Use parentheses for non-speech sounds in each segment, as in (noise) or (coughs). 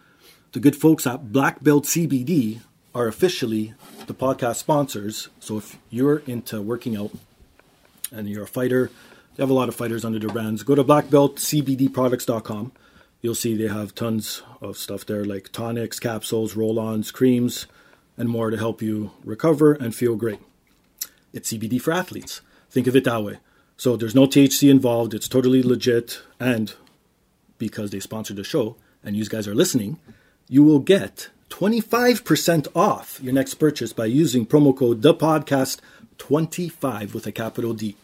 the good folks at Black Belt CBD are officially the podcast sponsors. So, if you're into working out and you're a fighter, they have a lot of fighters under their brands. Go to blackbeltcbdproducts.com. You'll see they have tons of stuff there like tonics, capsules, roll ons, creams, and more to help you recover and feel great it's CBD for athletes. Think of it that way. So there's no THC involved. It's totally legit. And because they sponsored the show and you guys are listening, you will get 25% off your next purchase by using promo code the podcast 25 with a capital D.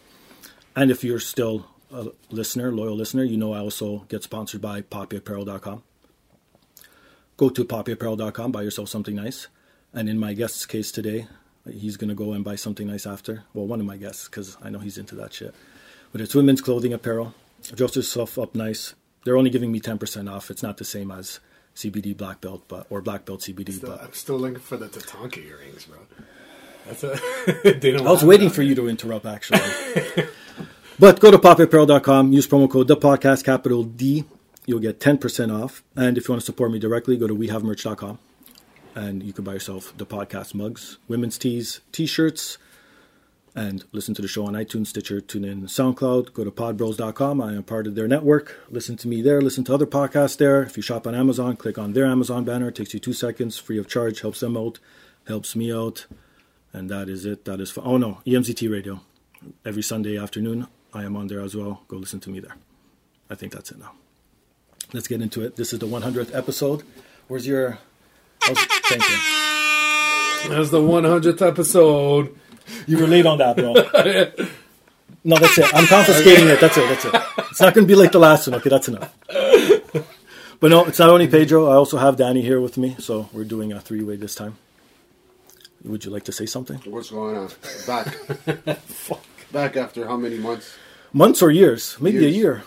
And if you're still a listener, loyal listener, you know I also get sponsored by poppyapparel.com. Go to poppyapparel.com, buy yourself something nice. And in my guest's case today, he's going to go and buy something nice after. Well, one of my guests, because I know he's into that shit. But it's women's clothing apparel. Dress yourself up nice. They're only giving me 10% off. It's not the same as CBD black belt, but or black belt CBD. Still- but I'm still looking for the Tatanka earrings, bro. That's a. (laughs) they don't I was waiting for you to interrupt, actually. but go to popapparel.com, use promo code the podcast capital D. You'll get 10% off. And if you want to support me directly, go to wehavemerch.com and you can buy yourself the podcast mugs, women's tees, t shirts, and listen to the show on iTunes, Stitcher, TuneIn, SoundCloud. Go to podbros.com. I am part of their network. Listen to me there. Listen to other podcasts there. If you shop on Amazon, click on their Amazon banner. It takes you two seconds, free of charge. Helps them out, helps me out. And that is it. That is for oh no, EMZT Radio. Every Sunday afternoon, I am on there as well. Go listen to me there. I think that's it now. Let's get into it. This is the 100th episode. Where's your? how's- thank you. That was the 100th episode. You were late on that, bro. No, that's it. I'm confiscating it. That's it. That's it. It's not going to be like the last one. Okay, that's enough. But no, it's not only Pedro. I also have Danny here with me, so we're doing a three-way this time. Would you like to say something? What's going on? Back. (laughs) Back after how many months? months or years, maybe a Years. year.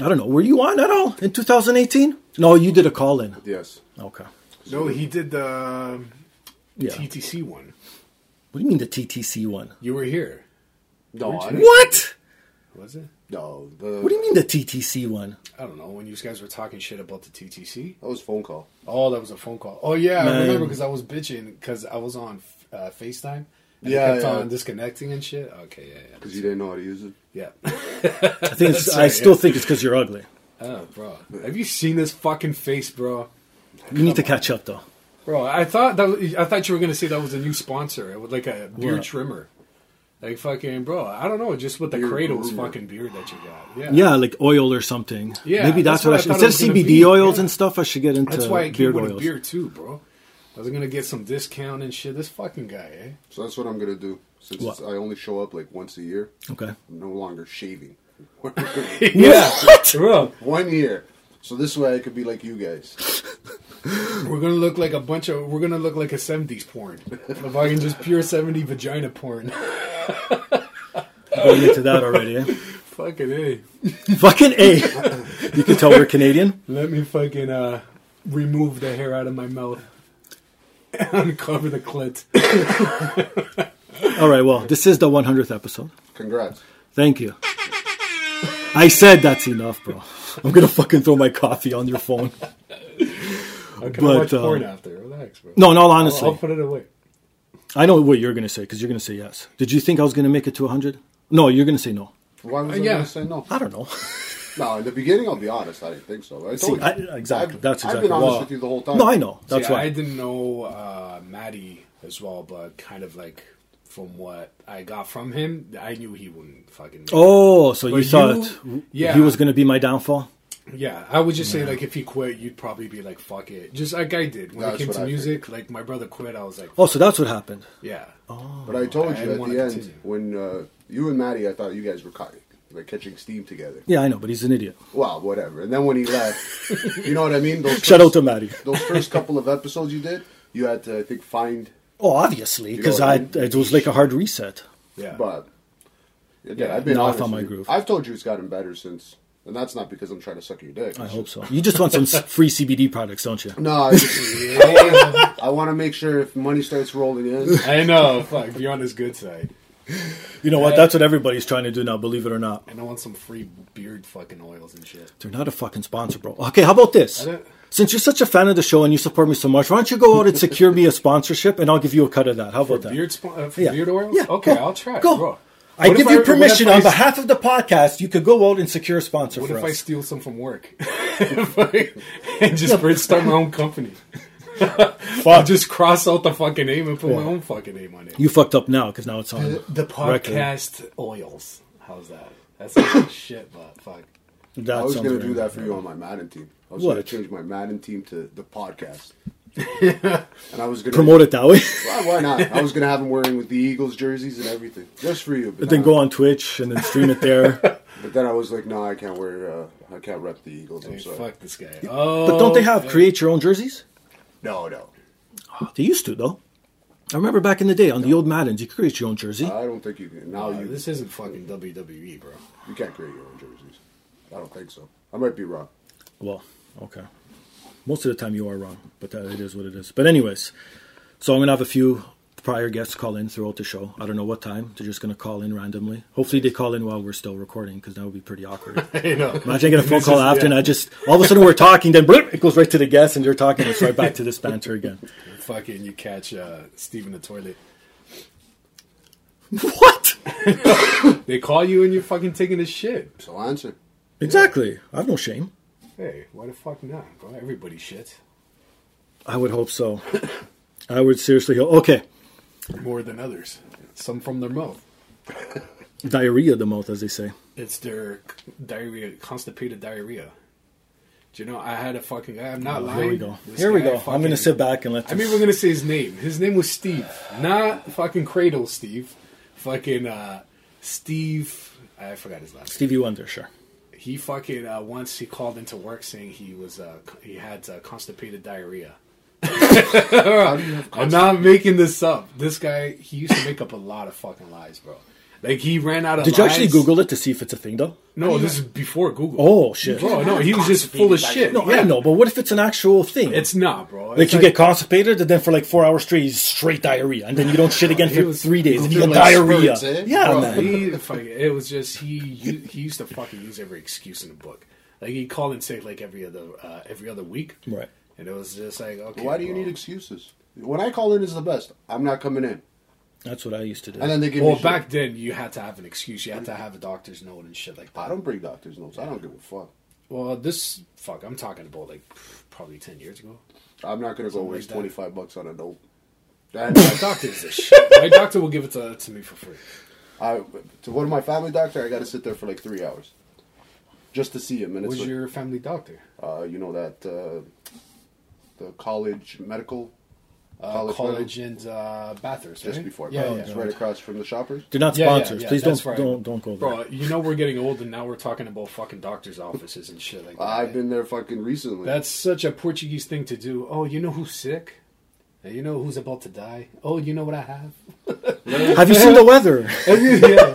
I don't know. Were you on at all in 2018? No, you did a call in. Yes. Okay. No, he did the um, Yeah. TTC one. What do you mean the TTC one? You were here, No. I didn't- What? was it? No. The, What do you mean the TTC (laughs) one? I don't know when you guys were talking shit about the TTC. That was a phone call. Oh, that was a phone call. Oh yeah, I remember Man. because I was bitching because I was on uh, FaceTime. And Yeah, yeah, kept yeah. on disconnecting and shit. Okay, yeah, Because you didn't know how to use it. yeah, yeah. (laughs) I think it's, That's I right, still yeah. think it's because you're ugly. oh, bro, have you seen this fucking face, bro? You need to catch up though. Bro, I thought that was, I thought you were gonna say that was a new sponsor. It was like a beard What? trimmer. Like fucking bro, I don't know, just with the Beard cradle's groomer. fucking beard that you got. Yeah. Yeah, like oil or something. Yeah, maybe that's, that's what, what I I should. thought it Instead of was gonna CBD be, oils yeah. and stuff, I should get into That's why I came beard with oils. a beard too, bro. I was gonna get some discount and shit. This fucking guy, eh? So that's what I'm gonna do. Since What? it's- I only show up like once a year, Okay. I'm no longer shaving. eh? (laughs) Yeah, bro. One year. So this way I could be like you guys. We're gonna look like a bunch of. We're gonna look like a '70s porn. If I can just pure '70 vagina porn. (laughs) Going into that already, eh? fucking a. Fucking A. You can tell we're Canadian. Let me fucking uh, remove the hair out of my mouth. (laughs) and Uncover the clit. All right, well, this is the 100th episode. Congrats. Thank you. I said that's enough, bro. (laughs) I'm going to fucking throw my coffee on your phone. I can But, watch porn um, after. Relax, bro. No, in all I'll, I'll honesty, put it away. I know what you're going to say because you're going to say yes. Did you think I was going to make it to 100? No, you're going to say no. Why was I yeah. gonna say no? I (laughs) don't know. No, in the beginning, I'll be honest. I didn't think so. I told See, you. I, exactly. I've- that's exactly I've been honest well, with you the whole time. No, I know. That's See, why. I didn't know uh, Maddie as well, but kind of like from what I got from him, I knew he wouldn't fucking. Make oh, so you But thought you- yeah. yeah. he was going to be my downfall? it. Yeah, I would just say like if he quit, you'd probably be like fuck it, just like I did when That's it came what to I music. Like my brother quit, I was like Oh, so that's what happened. yeah, Oh. But I told I you at wanna the end continue. when uh, you and Maddie, I thought you guys were caught, like catching steam together. Yeah, I know, but he's an idiot. Well, whatever. And then when he left, (laughs) you know what I mean? Those Shout first- out to Maddie. those first couple of episodes you did. You had to, I think, find. Oh, obviously, know because what I I mean? it was like a hard reset. yeah. But yeah, Yeah, I've been no, I honest found with my you. groove. I've told you it's gotten better since, and that's not because I'm trying to suck your dick. I hope so. You just want (laughs) some s- free CBD products, don't you? No, I, just, (laughs) I, wanna, I wanna make sure if money starts rolling in. I know, fuck, be on his good side. You know what? That's what everybody's trying to do now. Believe it or not, And I want some free beard fucking oils and shit. they're not a fucking sponsor, bro. Okay, how about this? I don't- Since you're such a fan of the show and you support me so much, why don't you go out and secure me a sponsorship, and I'll give you a cut of that? How For about that? beard, spo- uh, for Yeah. beard oils? Yeah, Okay, go. I'll try. Go. Bro. I What give if you what if permission I on s- behalf of the podcast. You could go out and secure a sponsor What for if I us. steal some from work (laughs) If I- (laughs) and just br- start my (laughs) own company? I'll just cross out the fucking name and put my own fucking name on it. you fucked up now because now it's on The record. podcast oils. How's that? (laughs) That's some shit, but fuck. That I was sounds gonna very do that good. for you on my Madden team. I was What? gonna change my Madden team to (laughs) the podcast. and I was gonna Promote it that way. (laughs) Why, why not? I was gonna have him wearing with the Eagles jerseys and everything, just for you. But then nah. go on Twitch and then stream it (laughs) there. But then I was like, no, I can't wear. Uh, I can't rep the Eagles. I'm Hey, sorry. fuck this guy. Oh, But don't they have create your own jerseys? No, no. They used to though. I remember back in the day on the old Maddens, you could create your own jersey. I don't think you can. Now Uh, you this isn't fucking WWE, bro. (laughs) you can't create your own jerseys. I don't think so. I might be wrong. well, okay. Most of the time you are wrong, but that, it is what it is. But anyways, so I'm gonna have a few prior guests call in throughout the show. I don't know what time. They're just gonna call in randomly. Hopefully they call in while we're still recording because that would be pretty (laughs) awkward. You know. Imagine I get a phone This call is- after, yeah. and I just all of a sudden we're talking, then blip, it goes right to the guest, and you're talking, and it's right back to this banter (laughs) again. Fucking, you catch uh, Steve in the toilet. What? They call you and you're fucking taking a shit. So answer. Exactly. I've no shame. Hey, why the fuck not, bro? Everybody shits. I would hope so. I would seriously hope. Okay, More than others. Some from their mouth. diarrhea of the mouth, as they say. It's their c- diarrhea, constipated diarrhea. Do you know, I had a fucking guy. I'm not lying. Oh, Here we go. This Here we guy go. I'm fucking- gonna sit back and let. This... I'm even going to say his name. His name was Steve. Not fucking Cradle Steve. Fucking uh, Steve. I forgot his last name. Stevie Wonder, sure. He fucking, uh, once he called into work saying he was, uh, c- he had uh, constipated diarrhea. (laughs) I'm not making this up. This guy, he used to make up a lot of fucking lies, bro. Like he ran out of. Did you actually lies. Google it to see if it's a thing, though? No, this is before Google. Oh shit! bro, no, he was just full of shit. No, Yeah. I know, but what if it's an actual thing? it's not, bro. like It's you get constipated, and then for like four hours straight, he's straight diarrhea, and then you don't shit (laughs) again He for was- three days, and you They're get like diarrhea. spirits, eh? Yeah, Bro, (laughs) man. He fucking, it was just he. u- He used to fucking use every excuse in the book. Like he called and sick like every other uh, every other week. Right. And it was just like, okay. Why do you bro. need excuses? When I call in is the best. I'm not coming in. That's what I used to do. And then they give Well, me shit. back then you had to have an excuse. You had to have a doctor's note and shit like that. I don't bring doctor's notes. I don't give a fuck. Well, this fuck, I'm talking about like probably ten years ago. I'm not gonna go Something waste like that. 25 bucks on a dope. That- My doctor is a shit. My doctor will give it to, to me for free. I to one of my family doctor. I got to sit there for like three hours, just to see him. And it's Who's like, your family doctor? uh, you know that uh, the college medical uh, College Collagen's uh, Bathurst. just right? before. Yeah, Yeah, yeah. It's right across from the shoppers. They're not Yeah, yeah, sponsors. yeah, Please don't that's right. don't don't go there. Bro, you know we're getting old, and now we're talking about fucking doctors' offices and shit like that. I've right? been there fucking recently. That's such a Portuguese thing to do. Oh, you know who's sick? Hey, You know who's about to die? Oh, you know what I (laughs) have? eh. Have you seen the (laughs) weather? yeah.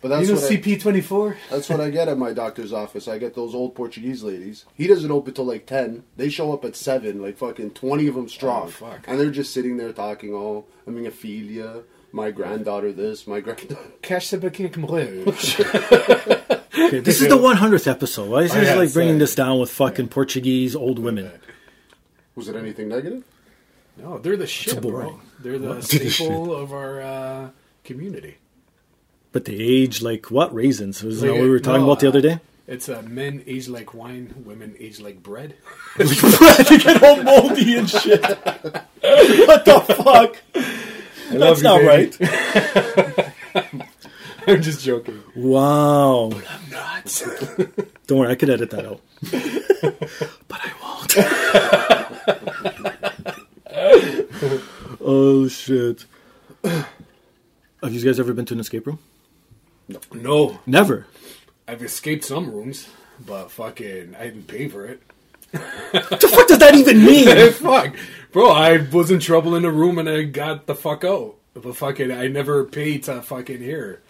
but that's you know what I, CP24? that's what I get at my doctor's office. I get those old Portuguese ladies. He doesn't open till like ten. They show up at seven, like fucking twenty of them strong, Oh, fuck. and they're just sitting there talking. Oh, I mean, Ophelia, my granddaughter, this, my granddaughter. (laughs) Cash the booking commercial. Okay, this is the 100th episode. Why is Oh, this yeah, like it's, bringing uh, this down with fucking Portuguese old women? Was it anything negative? No, they're the shit, bro. boring. They're the What? Shit. staple of our uh, community. But they age like what raisins? Isn't that Like, what we were talking no, about the uh, other (laughs) day? (laughs) It's uh, men age like wine, women age like bread. they get all moldy and shit. (laughs) what the fuck? That's not right. (laughs) I'm just joking. Wow. Not. Don't worry, I could edit that out. (laughs) but I won't. (laughs) oh shit. Have you guys ever been to an escape room? (laughs) no, Never. I've escaped some rooms, but fucking, I didn't pay (laughs) for it. (laughs) What the fuck does that even mean? (laughs) fuck, bro, I was in trouble in a room and I got the fuck out. But fucking, I never paid to fucking hear.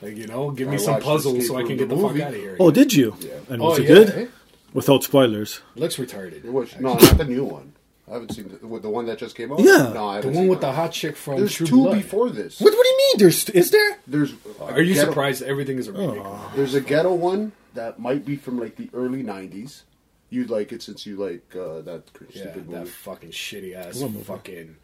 Like you know, give me I some watched puzzles Escape so I Room, can the get the fuck movie. out of here. Oh, did you? And was Oh, it yeah, good? eh? Without spoilers. looks retarded. It was- no, not the new one. I haven't seen the, what, the one that just came out. Yeah. no, I The haven't one seen with the that. hot chick from There's True two Blood. before this. What do you mean? There's is there? There's. Are you ghetto- Oh, surprised everything is a remake? There's a ghetto one that might be from like the early '90s. You'd like it since you like uh, that stupid Yeah, that movie. fucking shitty ass What movie? fucking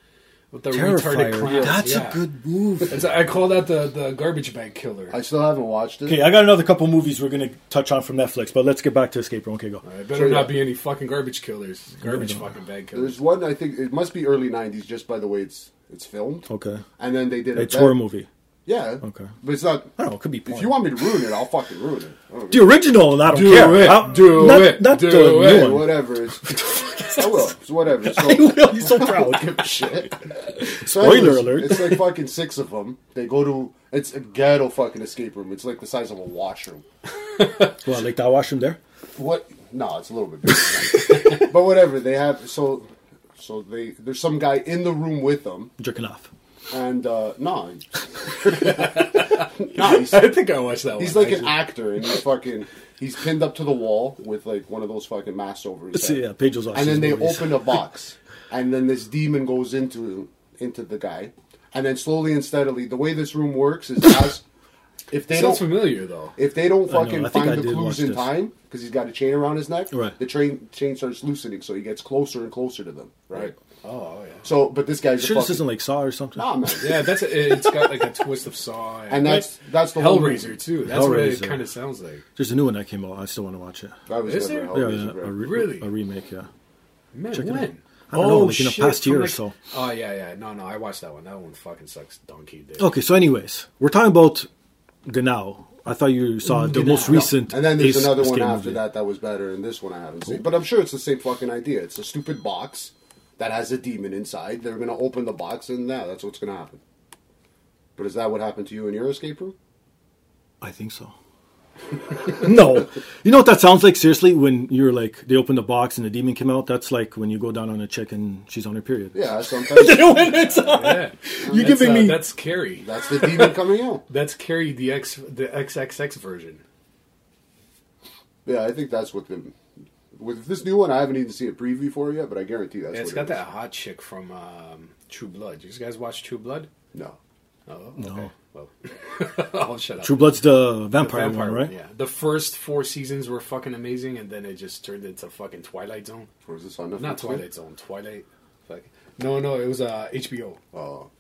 with the retarded Terrifier. clowns. That's yeah. a good move. It's, I call that the, the garbage bag killer. I still haven't watched it. (laughs) Okay, I got another couple movies we're gonna touch on from Netflix, but let's get back to escape room. Okay, go. It better So, yeah. not be any fucking garbage killers. Garbage fucking bag killers. There's one I think it must be early '90s just by the way it's it's filmed. Okay, And then they did it's a horror bet- movie. Yeah. Okay. But it's not. I don't know. It could be. Porn. If you want me to ruin it, I'll fucking ruin it. I don't the original, and I don't Do care. it. I'll- Do not, it. Not Do the it. new care. one. (laughs) Whatever. It's, I will. It's whatever. So, (laughs) will. He's so proud. shit. Spoiler alert. It's like fucking six of them. They go to. It's a ghetto fucking escape room. It's like the size of a washroom. well, like that washroom there. What? No, it's a little bit bigger. (laughs) but whatever. They have so. So they there's some guy in the room with them, Jerking off. and uh, no, (laughs) no, he's, (laughs) I think I watched that one. he's like an actually. actor, and he's fucking he's pinned up to the wall with like one of those fucking masks over his See, head. yeah, Pedro's watching and then they these movies. open a box, and then this demon goes into into the guy, and then slowly and steadily, the way this room works is as if they Sounds don't familiar though. if they don't know, fucking I think find I the did watch clues in this. time, because he's got a chain around his neck, Right. the train chain starts loosening, so he gets closer and closer to them, right? Oh yeah. So, but this guy's Sure, a this fucking isn't like Saw or something. (laughs) nah, man. Yeah, that's a, it's got like a twist of saw, And that's that's the whole Hellraiser too. That's what it Hellraiser. kind of sounds like. There's a new one that came out. I still want to watch it. That was Is never there? Yeah, Hellraiser, a, bro. re- Really? a remake. Yeah. Man, Check it when? Oh, out. I don't know, like, in the past from, year or so. Oh yeah, yeah. No, no, I watched that one. That one fucking sucks. Donkey did. Okay, so anyways, we're talking about Genau. I thought you saw the most recent. And then there's Ace another one escape after movie. that that was better, and this one I haven't seen. But I'm sure it's the same fucking idea. It's a stupid box that has a demon inside. They're gonna open the box, and now that's what's gonna happen. But is that what happened to you in your escape room? I think so. (laughs) no, you know what that sounds like? Seriously, when you're like they opened the box and the demon came out, that's like when you go down on a chick and she's on her period. Yeah, sometimes (laughs) When (laughs) it's on, (laughs) (laughs) Yeah. You're That's, giving uh, me- that's Carrie. (laughs) that's the demon coming out. That's Carrie the X the XXX version. Yeah, I think that's what the with this new one. I haven't even seen a preview for it yet, but I guarantee that's Yeah, it's what got it that hot chick from um, True Blood. You guys watch True Blood? is. No, Oh, okay. Well, (laughs) I'll shut up. True Blood's the vampire, Vampire one, right? Yeah. The first four seasons were fucking amazing, and then it just turned into fucking Twilight Zone. or is this on Netflix? Not Twilight Zone. Twilight. Fuck. No, no, it was uh, HBO. Oh,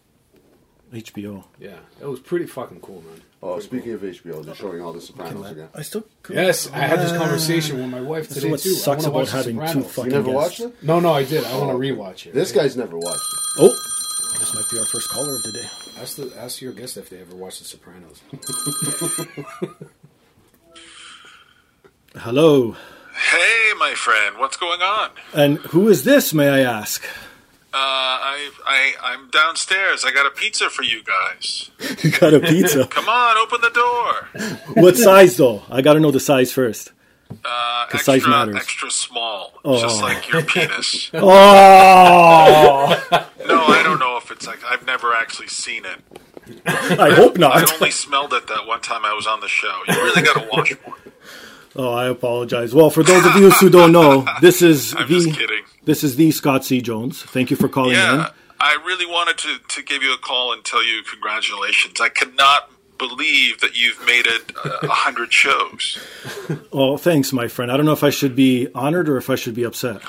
HBO. Yeah, it was pretty fucking cool, man. oh. Speaking of HBO, they're showing all the Sopranos again. I still could. Yes, I had this conversation with my wife That's today what too. sucks I about want to watch having the two Sopranos. fucking You never guests. watched it? No, no, I did. I want to rewatch it. This right? guy's never watched it. Oh, this might be our first caller of the day. ask, the, ask your guest if they ever watched The Sopranos. Hello, Hey, my friend, what's going on? and who is this? May I ask? (laughs) Uh, I, I, I'm downstairs. I got a pizza for you guys. You got a pizza. Come on, open the door. what size though? I gotta know the size first. Uh, The extra, size matters. extra small, Oh. just like (laughs) your penis. no, Oh, I don't know if it's like I've never actually seen it. (laughs) I hope I not. only smelled it that one time I was on the show. You (laughs) really got to watch more. Oh, I apologize. Well, for those of you who don't know, this is I'm just the kidding. this is the Scott C. Jones. Thank you for calling in. Yeah, I really wanted to, to give you a call and tell you congratulations. I could not believe that you've made it uh, a hundred shows. Oh, thanks, my friend. I don't know if I should be honored or if I should be upset.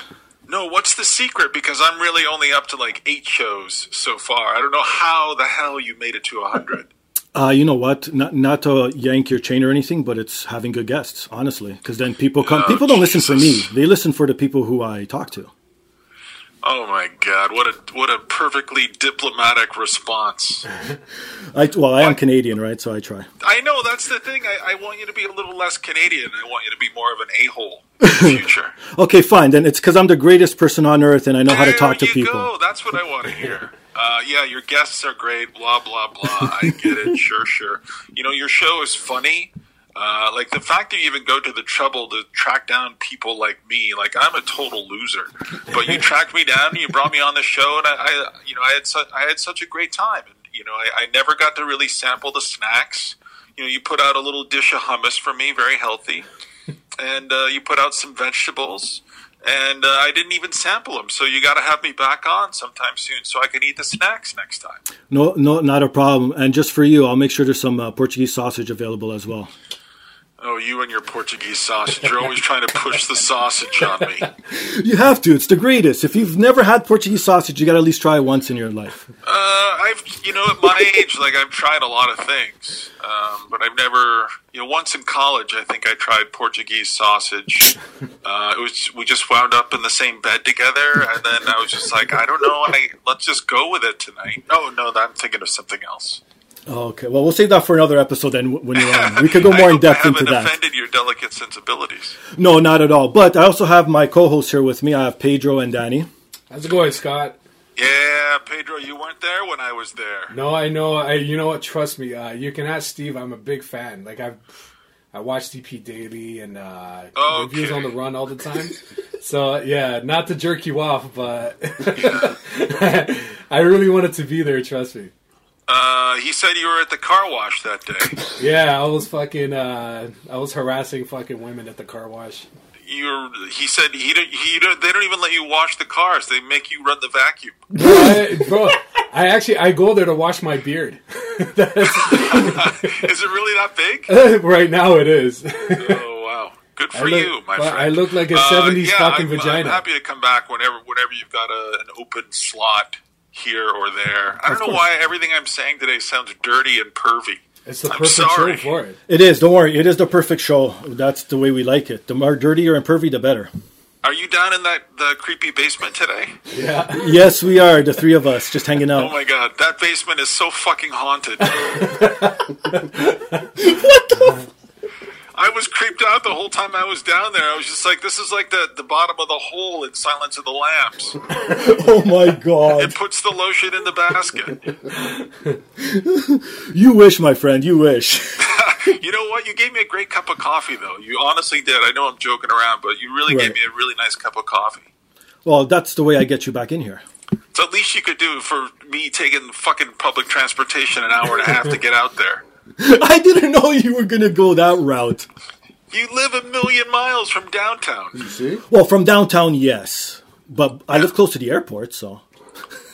No, what's the secret? Because I'm really only up to like eight shows so far. I don't know how the hell you made it to a hundred. Uh, you know what? Not not to yank your chain or anything, but it's having good guests, honestly. Because then people come. Oh, people don't listen for me. Jesus. They listen for the people who I talk to. Oh my god, what a what a perfectly diplomatic response. I well, I am Canadian, right? So I try. I know that's the thing. I, I want you to be a little less Canadian. I want you to be more of an a hole in the future. Okay, fine. Then it's because I'm the greatest person on earth, and I know how to There talk to you people. Go. That's what I want to hear. Uh, yeah, your guests are great. Blah blah blah. I get (laughs) it. Sure, sure. You know, your show is funny. Uh, like the fact that you even go to the trouble to track down people like me, like I'm a total loser, (laughs) but you tracked me down and you brought me on the show, and I, I you know, I had such I had such a great time. And you know, I, I never got to really sample the snacks. You know, you put out a little dish of hummus for me, very healthy and uh, you put out some vegetables, and uh, I didn't even sample them. So you got to have me back on sometime soon, so I can eat the snacks next time. No, no, not a problem. And just for you, I'll make sure there's some uh, Portuguese sausage available as well. Oh, you and your Portuguese sausage! You're always trying to push the sausage on me. You have to. It's the greatest. If you've never had Portuguese sausage, you got to at least try it once in your life. (laughs) Uh, I've, you know, at my age, like I've tried a lot of things, um, but I've never, you know, once in college, I think I tried Portuguese sausage. Uh, it was we just wound up in the same bed together, and then I was just like, I don't know, I let's just go with it tonight. Oh no, I'm thinking of something else. Okay. Well, we'll save that for another episode then w- when you're on. We could go more in depth I into haven't that. offended your delicate sensibilities. No, not at all. But I also have my co hosts here with me. I have Pedro and Danny. How's it going, Scott? Yeah, Pedro, you weren't there when I was there. No, I know. I you know what? Trust me. Uh, you can ask Steve. I'm a big fan. Like I've I watch DP daily and uh, Okay. reviews on the run all the (laughs) time. so yeah, not to jerk you off, but (laughs) I really wanted to be there. Trust me. Uh, he said you were at the car wash that (laughs) day. Yeah, I was fucking. Uh, I was harassing fucking women at the car wash. You're, he said he don't, he don't, they don't even let you wash the cars. They make you run the (laughs) vacuum. I, bro, I actually I go there to wash my beard. (laughs) Is it really that (laughs) big? right now it is. Oh wow, good for I look- you, my but friend. I look like a Uh, 70s yeah, fucking I'm, vagina. I'm happy to come back whenever whenever you've got a, an open slot here or there. I don't know why everything I'm saying today sounds dirty and pervy. It's the I'm perfect sorry. show for it. It is. Don't worry. It is the perfect show. That's the way we like it. The more dirtier and pervy, the better. Are you down in that the creepy basement today? Yeah, Yes, we are. The three of us just hanging Oh out. my god, that basement is so fucking haunted. what the? I was creeped out the whole time I was down there. I was just like, this is like the, the bottom of the hole in Silence of the Lambs. (laughs) Oh my God. It puts the lotion in the basket. You wish, my friend. You wish. You know what? You gave me a great cup of coffee, though. You honestly did. I know I'm joking around, but you really Right. gave me a really nice cup of coffee. Well, that's the way I get you back in here. (laughs) It's the least you could do for me taking fucking public transportation an hour and a half to get out there. I didn't know you were going to go that route. You live a million miles from downtown. You see? Well, from downtown, yes. But I live close to the airport, so.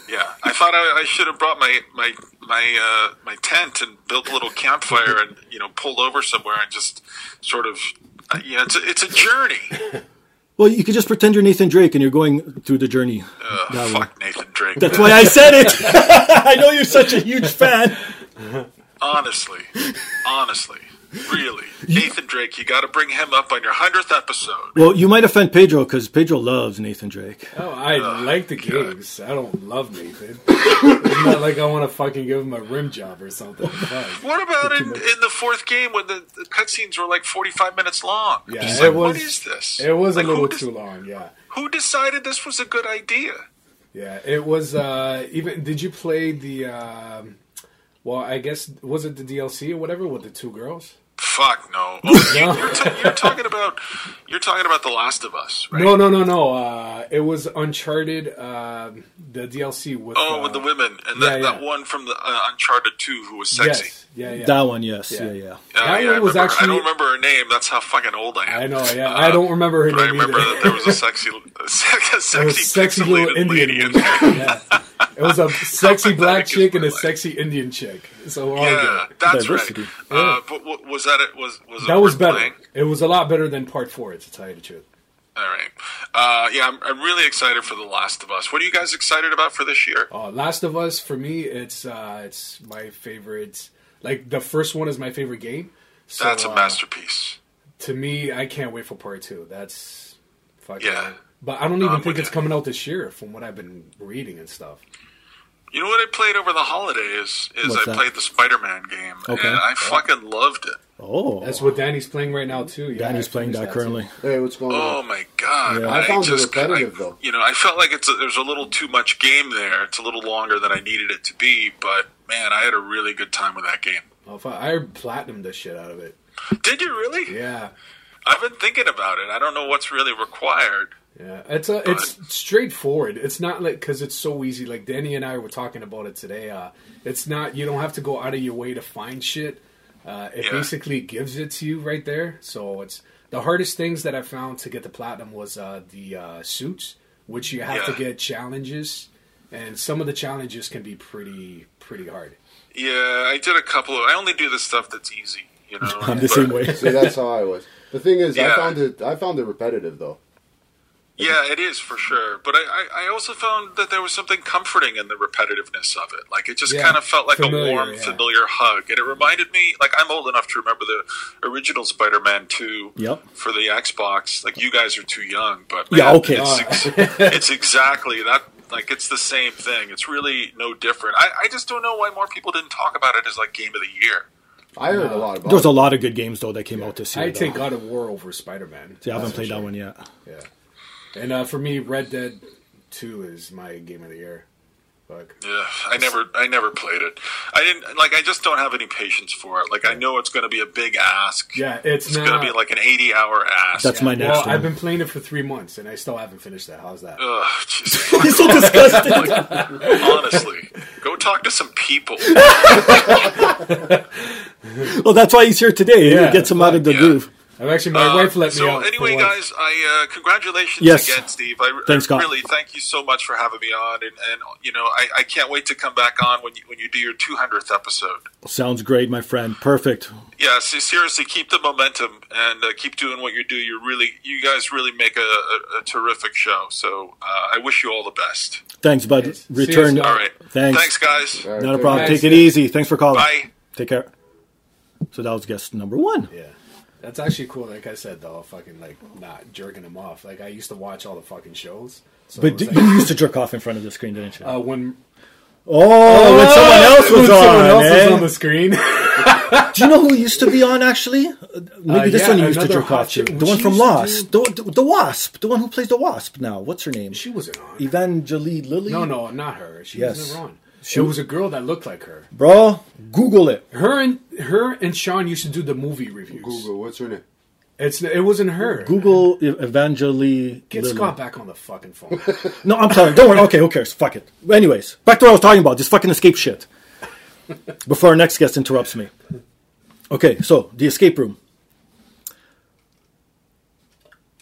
Yeah, I thought I, I should have brought my my my uh, my tent and built a little campfire and you know pulled over somewhere and just sort of uh, yeah, it's a, it's a journey. (laughs) Well, you could just pretend you're Nathan Drake and you're going through the journey. that way. Fuck Nathan Drake, That's why I said it. (laughs) I know you're such a huge fan. (laughs) honestly, honestly, really, Nathan Drake, you got to bring him up on your hundredth episode. Well, you might offend Pedro because Pedro loves Nathan Drake. no, Oh, I Oh, like the games. I don't love Nathan. it's not like I want to fucking give him a rim job or something. Fuck. What about in, in the fourth game when the, the cutscenes were like forty five minutes long? I'm Yeah, just it like, what was- is this? It was Like, a who little des- too long. Yeah, Who decided this was a good idea? Yeah, it was. Uh, even did you play the? um well, I guess was it the DLC or whatever with the two girls? Fuck no. Oh, you- You're, ta- (laughs) you're talking about you're talking about The Last of Us, right? No, no, no, no. Uh, it was Uncharted. Uh, the DLC with. Oh, uh, with the women and that, yeah, that yeah. one from the uh, Uncharted Two who was sexy. Yes, yeah, yeah. That one, yes, yeah, Yeah. yeah. Uh, That yeah, one I, was remember, I actually- don't remember her name. That's how fucking old I am. I know. Yeah, I don't remember her But Uh, I name remember either. that there (laughs) was a sexy, (laughs) a sexy, It was a sexy pixelated little Indian. lady in woman. there. (laughs) yeah. It was a sexy black pathetic is chick and my a life? sexy Indian chick. So we're all Yeah, good. that's Diversity. right. Uh, but w- was that it? Was was it that was worth better. playing? It was a lot better than part four. To tell you the truth. All right. Uh, yeah, I'm, I'm really excited for The Last of Us. What are you guys excited about for this year? Uh, Last of Us for me, it's uh, it's my favorite. Like the first one is my favorite game. So, That's a uh, masterpiece. to me, I can't wait for part two. That's fucking. Yeah. But I don't even I'm think with it's ya. coming out this year, from what I've been reading and stuff. You know what I played over the holidays is What's I that? played the Spider-Man game, Okay. and I fucking loved it. Oh, That's what Danny's playing right now too. Yeah, Danny's I playing that finished too. currently. Hey, what's going Oh on? my god! Yeah. I found it repetitive, I- though. You know, I felt like it's a, there's a little too much game there. It's a little longer than I needed it to be, but man, I had a really good time with that game. Oh, fuck, I platinumed the shit out of it. Did you really? Yeah, I've been thinking about it. I don't know what's really required. yeah. It's a, it's straightforward. It's not like because it's so easy. Like Danny and I were talking about it today. Uh, it's not you don't have to go out of your way to find shit. Uh, it Yeah. basically gives it to you right there. So it's the hardest things that I found to get the platinum was uh, the uh, suits, which you have to Yeah. get challenges, and some of the challenges can be pretty pretty hard. Yeah, I did a couple of. I only do the stuff that's easy. You know, (laughs) I'm the But- same way. (laughs) See, that's how I was. The thing is, Yeah. I found it. I found it repetitive though. Yeah, it is for sure. But I, I, I also found that there was something comforting in the repetitiveness of it. Like it just Yeah, kind of felt like familiar, a warm, yeah. familiar hug, and it reminded me. Like I'm old enough to remember the original Spider-Man Two Yep. for the Xbox. Like you guys are too young, but Yeah, man, okay. it's, ex- (laughs) it's exactly that. Like it's the same thing. It's really no different. I, I just don't know why more people didn't talk about it as like game of the year. I heard a lot about. There's it. a lot of good games though that came out this year. I take though. God of War over Spider Man. See, I haven't played that one yet. (laughs) Yeah. And uh, for me, Red Dead 2 is my game of the year. Fuck. Yeah, I never, I never played it. I didn't like. I just don't have any patience for it. Like I know it's going to be a big ask. Yeah, it's, It's not. gonna be like an eighty-hour ass. That's my next well, one. I've been playing it for three months and I still haven't finished that. How's that? Ugh, (laughs) jeez. He's so disgusted. honestly, go talk to some people. (laughs) well, that's why he's here today. Yeah. He gets him out of the Yeah. groove. I'm actually, my wife let me uh, so out. for anyway, once. guys, I uh, congratulations Yes. again, Steve. I, Thanks, I Scott. really thank you so much for having me on, and, and you know, I, I can't wait to come back on when you, when you do your two hundredth episode. Sounds great, my friend. Perfect. Yeah, se- seriously, keep the momentum and uh, keep doing what you do. You're really, you guys really make a, a, a terrific show. So uh, I wish you all the best. Thanks, bud. Yes. See you, Return. Scott. All right, Thanks. thanks, guys. All right, Not a take problem. Thanks. Take it easy. Thanks for calling. Bye. Take care. So that was guest number one. Yeah. That's actually cool. Like I said, though, fucking like not jerking him off. Like I used to watch all the fucking shows. So But it d- was you like, used to jerk off in front of the screen, didn't you? uh, when oh, when (laughs) someone else was when on. someone else eh? was on the screen. (laughs) Do you know who used to be on actually? Uh, Maybe Uh, this yeah, one you used to another jerk hot off to. chick. The one She from used to Lost. The, the, the Wasp. The one who plays the Wasp now. What's her name? she wasn't on. Evangeline Lilly. No, no, not her. She Yes. wasn't on. She- it was a girl that looked like her. Bro, Google it. Her and her and Sean used to do the movie reviews. Google. What's her name? It's it wasn't her. Google Evangeline Get Lilly. Scott back on the fucking phone. (laughs) No, I'm sorry. Don't worry. Okay, who cares? Fuck it. Anyways, back to what I was talking about. This fucking escape shit. Before our next guest interrupts me. Okay, so the escape room.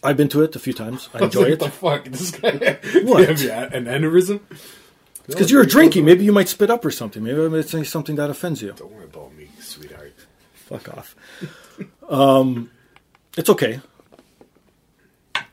I've been to it a few times. I enjoy what it. the fuck? This guy. What? (laughs) Give you an aneurysm? Because you were drinking. Maybe you might spit up or something. Maybe I'm saying something that offends you. Don't worry about me, sweetheart. Fuck off. Um, it's okay.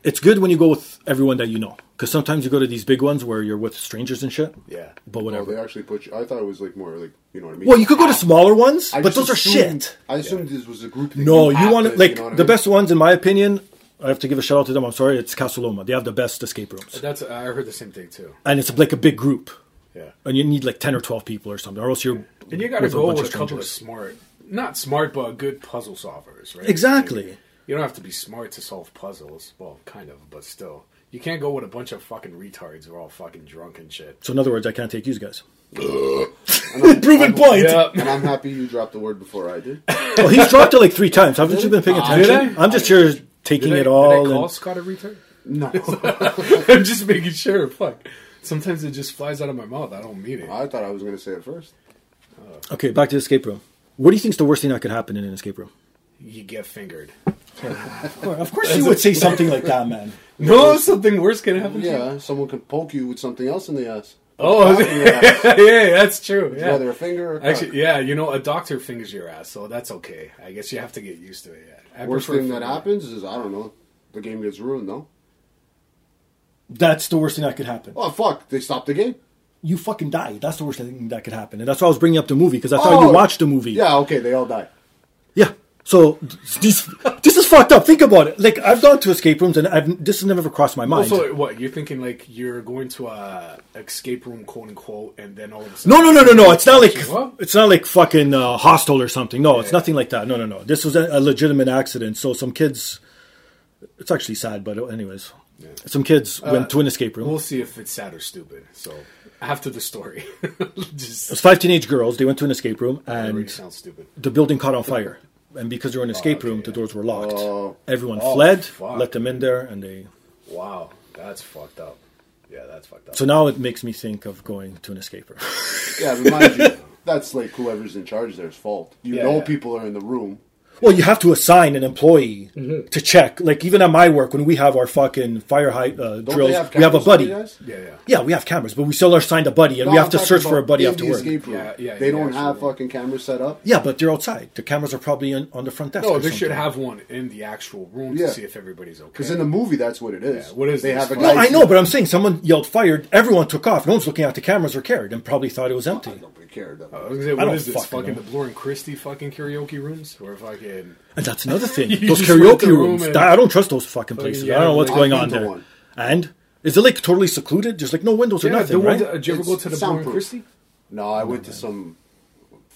It's good when you go with everyone that you know. Because sometimes you go to these big ones where you're with strangers and shit. Yeah. But Oh, they whatever. actually put. You, I thought it was like more like you know what I mean. Well, you could go to smaller ones, I but just those are assumed- shit. I assumed this was a group. that No, you you have want to, like you know what I the mean? best ones, in my opinion. I have to give a shout out to them. I'm sorry, it's Casaloma. They have the best escape rooms, That's I heard the same thing too. and it's like a big group, Yeah. and you need like ten or twelve people or something, or else you're And you got to go with a couple of smart, not smart, but good puzzle solvers, right? Exactly. Like, you don't have to be smart to solve puzzles. Well, kind of, but still, You can't go with a bunch of fucking retards who are all fucking drunk and shit. So in other words, I can't take you (laughs) guys. And I'm- Proven point. Yeah. (laughs) And I'm happy you dropped the word before I (laughs) did. Well, he's dropped it like three times. Haven't you been paying did attention? I? I'm just here taking Did I, it did all. I call and- Scott a retard? (laughs) (laughs) No, I'm just making sure. Fuck. Sometimes it just flies out of my mouth. I don't mean Uh, it. I thought I was going to say it first. okay, back to the escape room. What do you think's the worst thing that could happen in an escape room? You get fingered. Of course, you would say something like that, man. No, something worse can happen. to you. Yeah, someone could poke you with something else in the ass. Oh, (laughs) yeah, that's true. Yeah. Whether a finger or a cock. Actually, yeah, you know, a doctor fingers your ass, so that's okay. I guess you have to get used to it. Yeah. I Worst prefer thing that finger. happens is, I don't know, the game gets ruined, no? That's the worst thing that could happen. Oh, fuck, they stopped the game? You fucking die. That's the worst thing that could happen, and that's why I was bringing up the movie because that's how Oh, you watch the movie. Yeah, okay, they all die. Yeah. So th- this this is fucked up. Think about it. Like I've gone to escape rooms and I've this has never crossed my mind. Also, what you're thinking like you're going to a escape room, quote unquote, and then all of a sudden, no, no, no, no, no. It's not like What? it's not like fucking uh, hostile or something. No, it's nothing like that. No, no, no. This was a, a legitimate accident. So some kids. It's actually sad, but anyways, some kids went to an escape room. Uh, We'll see if it's sad or stupid. So after the story, (laughs) just It was five teenage girls. They went to an escape room it and already sounds stupid. the building caught on fire. And because they were in an escape room, the doors were locked. Oh. Everyone fled, fuck. let them in there, and they. Wow, that's fucked up. Yeah, that's fucked up. So now it makes me think of going to an escape room. (laughs) Yeah, but mind you, (laughs) that's like whoever's in charge there's fault. You Yeah, know yeah. people are in the room. Well, you have to assign an employee Mm-hmm. to check. Like even at my work, when we have our fucking fire high uh, Don't drills, they have we have a cameras on buddy. you guys? yeah, yeah. Yeah, we have cameras, but we still are assigned a buddy, and No, we I'm have to talking search for a about buddy in after the work. escape room. Yeah, yeah, they yeah, don't have absolutely. fucking cameras set up. Yeah, but they're outside. The cameras are probably in, on the front desk. No, or they should something. have one in the actual room Yeah. to see if everybody's okay. Because in the movie, that's what it is. Yeah, what is They this? have a No, No, guy- I know, but I'm saying someone yelled "fired." Everyone took off. No one's looking out. The cameras or cared, and probably thought it was empty. Nobody cared. though. I was gonna say, I what don't is this? fucking Fucking know. the Blur and Christie fucking karaoke rooms? Or fucking. And that's another thing. (laughs) You those just went karaoke to the room rooms. and- Oh, that- I don't trust those fucking places. yeah, I don't know what's like- going I've on been to there. one. And is it like totally secluded? There's like no windows or nothing, the right? one, did you ever go It's to the Blur and soundproof. Christie? No, I went to some.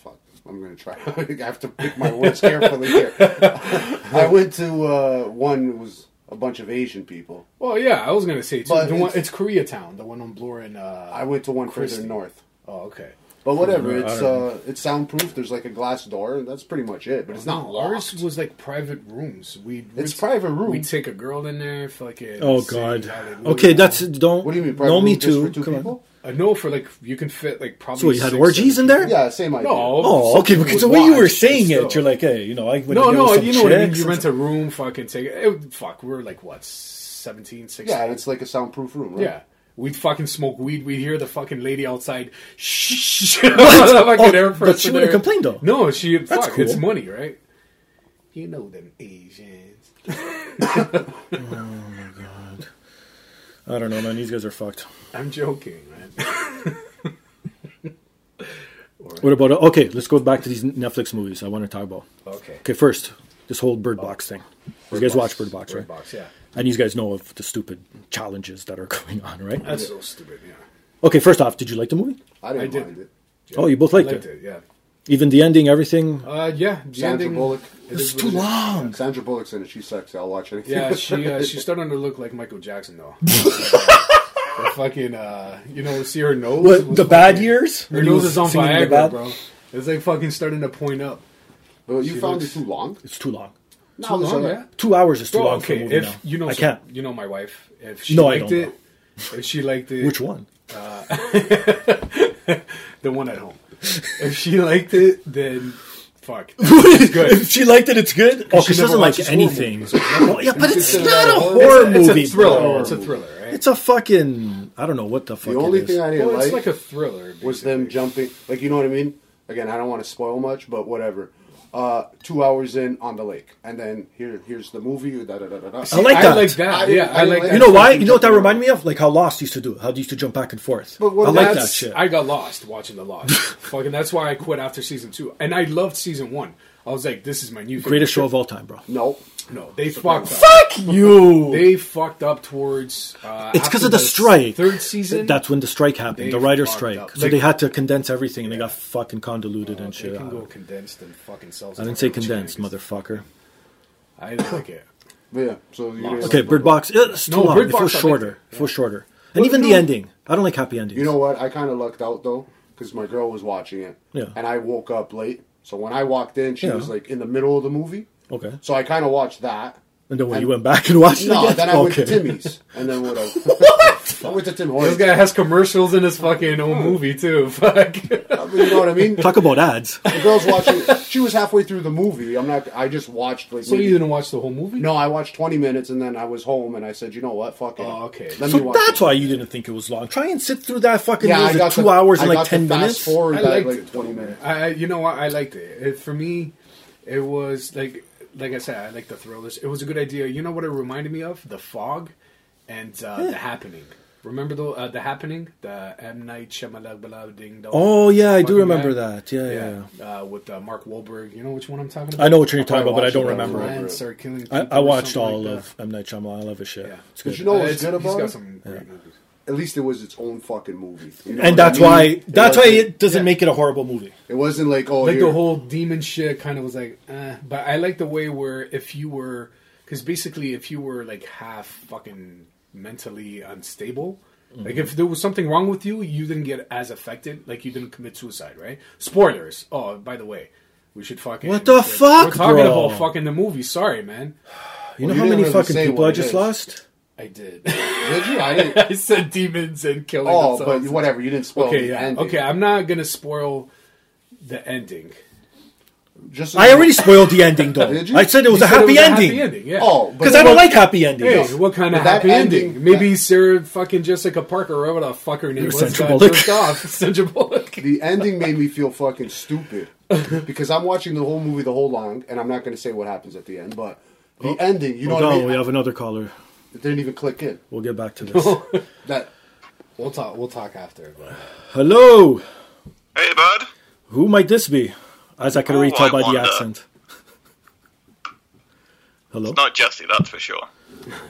Fuck, I'm gonna try. (laughs) I have to pick my words carefully (laughs) here. I went to uh, one that was a bunch of Asian people. Well, yeah, I was going to say, too. But The one, it's- it's Koreatown, the one on Blur and. Uh, I went to one Christy. further north. oh, okay. But whatever, I it's don't uh, it's soundproof. There's like a glass door, and that's pretty much it. But it's not Ours locked. was like private rooms. We'd, It's we'd- private room. We'd take a girl in there, fucking. Oh sing God. hallelujah. Okay, that's don't. What do you mean? Private No, room me just too. for two Come on. people? Uh, no, for like, you can fit like probably. So you had six, orgies seven in there? Yeah, same idea. No. Oh, okay. Some Because was the way you were watched, but saying still. it, you're like, hey, you know, I went to No, go no, with some you know what I mean. chicks You or rent a room, fucking take it. Fuck, we were like what, 17, 16? Yeah, it's like a soundproof room, right? yeah. We'd fucking smoke weed. We'd hear the fucking lady outside. Shh. (laughs) fucking air oh, but she freshener. wouldn't complain, though. No, she. That's fuck, cool. It's money, right? You know them Asians. something. I don't know, man. These guys are fucked. I'm joking, man. (laughs) What about okay? Let's go back to these Netflix movies. I want to talk about. Okay. Okay, first this whole Bird Box thing. you guys watch Bird Box, Bird right? Box, yeah. And these guys know of the stupid challenges that are (laughs) going on, right? That's so stupid, yeah. Okay, first off, did you like the movie? I didn't I did. mind it. Oh, you both liked, Liked it. it, yeah. Even the ending, everything. Uh, yeah. The Sandra ending- Bullock. it is it's what too it is. long. Sandra Bullock's in it. She's sexy. I'll watch anything. Yeah, she (laughs) (laughs) uh, she's starting to look like Michael Jackson though. the fucking uh, you know, see her nose. What was the bad fucking- years? Her When he nose was is on singing the Viagra, bad- bro. It's like fucking starting to point up. But you She found looks- it too long. It's too long. No, Too there's long, other- yeah. Two hours is too Well, long for a okay, movie if now. you know, I can't. you know my wife. If she No, I liked don't it, if she liked it, Which (laughs) one? The one at home. if she liked it, then (laughs) fuck, it's good. if she liked it, it's good. Oh, 'Cause she, she never doesn't like watches horror anything. movies. Well, (laughs) yeah, but it's It's not a a- horror it's movie. a thriller. bro. It's a thriller, right? It's a fucking. I don't know what the fuck. The only it is. thing I didn't well, it's like like a thriller. was basically. them jumping. Like you know what I mean? Again, I don't want to spoil much, but whatever. Uh, two hours in on the lake, and then here here's the movie. Da, da, da, da, da. I like I that. like that. I didn't- yeah, I I didn't like like that. you know why? You know what that reminded me of? Like how Lost used to do. it. How they used to jump back and forth. But what I like that that's- shit. I got lost watching The Lost. (laughs) Fucking, that's why I quit after season two. And I loved season one. I was like, this is my new Greatest show favorite of all time, bro. no, show. No, they fucked up. Fuck you. They fucked up towards. Uh, It's because after of the strike. Third season. That's when the strike happened, They the writer's fucked strike. up. So Like- they had to condense everything and they got fucking convoluted Oh, and They shit. can go I condensed and fucking sells. didn't say condensed, motherfucker. I didn't like it. But yeah, so you didn't Okay, like Bird Box. eh, It's too No, long. Bird it Box, feels I like shorter. it. It feels shorter. And even the no. ending. I don't like happy endings. You know what? I kind of lucked out though, because my girl was watching it. Yeah. And I woke up late, so when I walked in, she Yeah. was like in the middle of the movie. Okay. So I kind of (laughs) watched that. And then when you went back and watched it No, again? then I went to Okay. Timmy's, and (laughs) then what? Else? what? I went to Tim This Hortons. guy has commercials in his fucking own movie too. Fuck. I mean, you know what I mean? Talk about ads. The girl's watching. She was halfway through the movie. I'm not. I just watched like. So you maybe- didn't watch the whole movie? no, I watched 20 minutes, and then I was home, and I said, you know what? Fuck it. Oh, okay. Let me So watch that's it. why you didn't think it was long. Try and sit through that fucking Yeah, I movie for got two the- hours I and like got the ten fast minutes. Forward I that, liked like it. 20 minutes. I, I- you know what? I liked it. it. For me, it was like, like I said, I like the thrillers. It was a good idea. You know what it reminded me of? The Fog and uh, The Happening. Remember the uh, The Happening? The M Night Shyamalan Ding Dong. Oh yeah, I do Fucking remember guy. that. Yeah, yeah. yeah. Uh, with uh, Mark Wahlberg. You know which one I'm talking about? I know what you're talking about, but I watched don't it, but I remember don't it. remember Lions start killing I, people I or watched something all like that. of M Night Shyamalan. I love his shit. Yeah. It's But you good. know Uh, what's it's, good he's about got it? some great movies. At least it was its own fucking movie. You know and what I that's mean? why It that's why wasn't- it doesn't make it a horrible movie. It wasn't like oh, like here- the whole demon shit kind of was like eh. but i like the way where if you were because basically if you were like half fucking mentally unstable like Mm-hmm. if there was something wrong with you you didn't get as affected like you didn't commit suicide right spoilers oh by the way we should fucking What the we're- fuck, we're talking bro? about fucking the movie sorry man You Well, know you how didn't many really fucking say people what I it just is. lost? i (laughs) did Did you? I didn't. i said demons and killing Oh, but themselves. whatever. You didn't spoil okay the yeah ending. okay i'm not gonna spoil the ending Just I already spoiled the ending though. Did you? I said it was, You a said it happy, was a happy ending ending, yeah. Oh, but because I it don't was- like happy endings. Hey, what kind of But that happy ending? ending- Maybe that- Sarah fucking Jessica Parker, or whatever the fuck her name was, Sandra got Bullock. jerked off. (laughs) Sandra Bullock. The ending made me feel fucking (laughs) stupid because I'm watching the whole movie the whole long, and I'm not going to say what happens at the end, but the ending, you Hold know what I on, mean? we have another caller. It didn't even click in. We'll get back to (laughs) this. That We'll talk. We'll talk after. But. Hello, Hey, bud. who might this be? As I can Oh, already tell I by the wonder. accent. Hello. Not Jesse, that's for sure.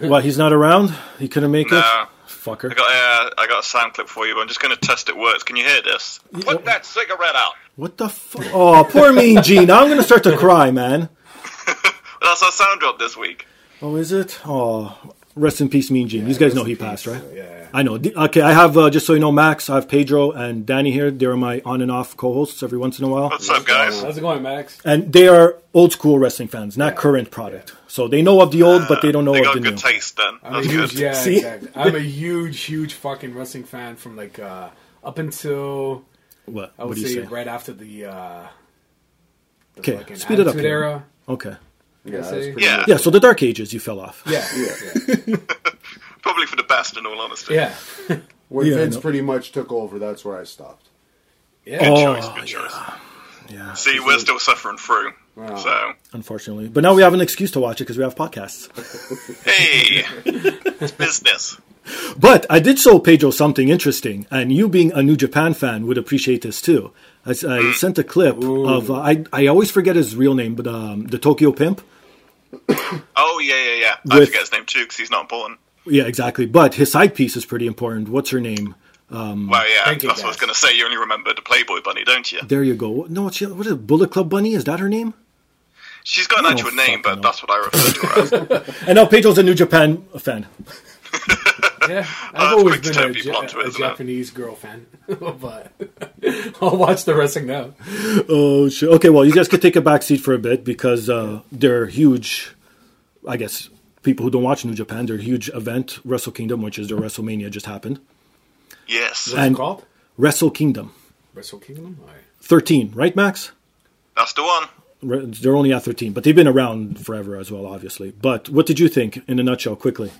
What? He's not around. He couldn't make Nah. it. Fucker. I got a, I got a sound clip for you. I'm just going to test it works. Can you hear this? Put that cigarette out. What the fuck? Oh, poor Mean Gene. Now I'm gonna start to cry, man. That's our sound drop this week. Oh, is it? Oh, rest in peace, Mean Gene. These guys know he passed, right? yeah. I know. The- Okay, I have uh, just so you know, Max. I have Pedro and Danny here. They're my on and off co-hosts every once in a while, What's up, guys? How's it going, Max? and they are old school wrestling fans, not current product. So they know of the old, but they don't know They of got the good new. taste then. I'm a That's huge, good. yeah, See? exactly. I'm a huge, huge fucking wrestling fan from like uh, up until What? I What would do you say, say? right after the. Uh, the Okay, fucking speed it up Attitude here. Era. Okay. yeah, that's say- pretty Yeah. Yeah. So the Dark Ages, you fell off. Yeah, (laughs) yeah, Probably for the best, in all honesty. yeah. When Yeah, I Vince know. pretty much took over, that's where I stopped. Good Oh, choice, good choice. Yeah. See, we're still suffering through. So, Unfortunately, but now we have an excuse to watch it because we have podcasts. (laughs) hey, it's business. But I did show Pedro something interesting, and you, being a New Japan fan, would appreciate this too. I, s- I sent a clip of uh, I, I always forget his real name, but um, the Tokyo Pimp. Oh, yeah, yeah, yeah. I With- forget his name too because he's not important. Yeah, exactly. But his side piece is pretty important. What's her name? Well, yeah, Mm. Thank that's you, what I was guys. going to say. You only remember the Playboy Bunny, don't you? There you go. What- No, what's she, what is it, Bullet Club Bunny? Is that her name? She's got an I actual don't name, fucking but know. that's what I refer to her (laughs) as. And now Pedro's a New Japan fan. Yeah, that's I've always quick to been a, turn people Ja- onto it, a isn't it? Japanese girl fan, (laughs) but I'll watch the wrestling now. Oh, shit. Okay, well, you guys could take a back seat for a bit because uh, they're huge, I guess, people who don't watch New Japan, their huge event, Wrestle Kingdom, which is their WrestleMania, just happened. Yes, And- What's it called? Wrestle Kingdom. Wrestle Kingdom. All right. 13, right, Max? that's the one. Re- They're only at 13, but they've been around forever as well, obviously. But what did you think in a nutshell, quickly?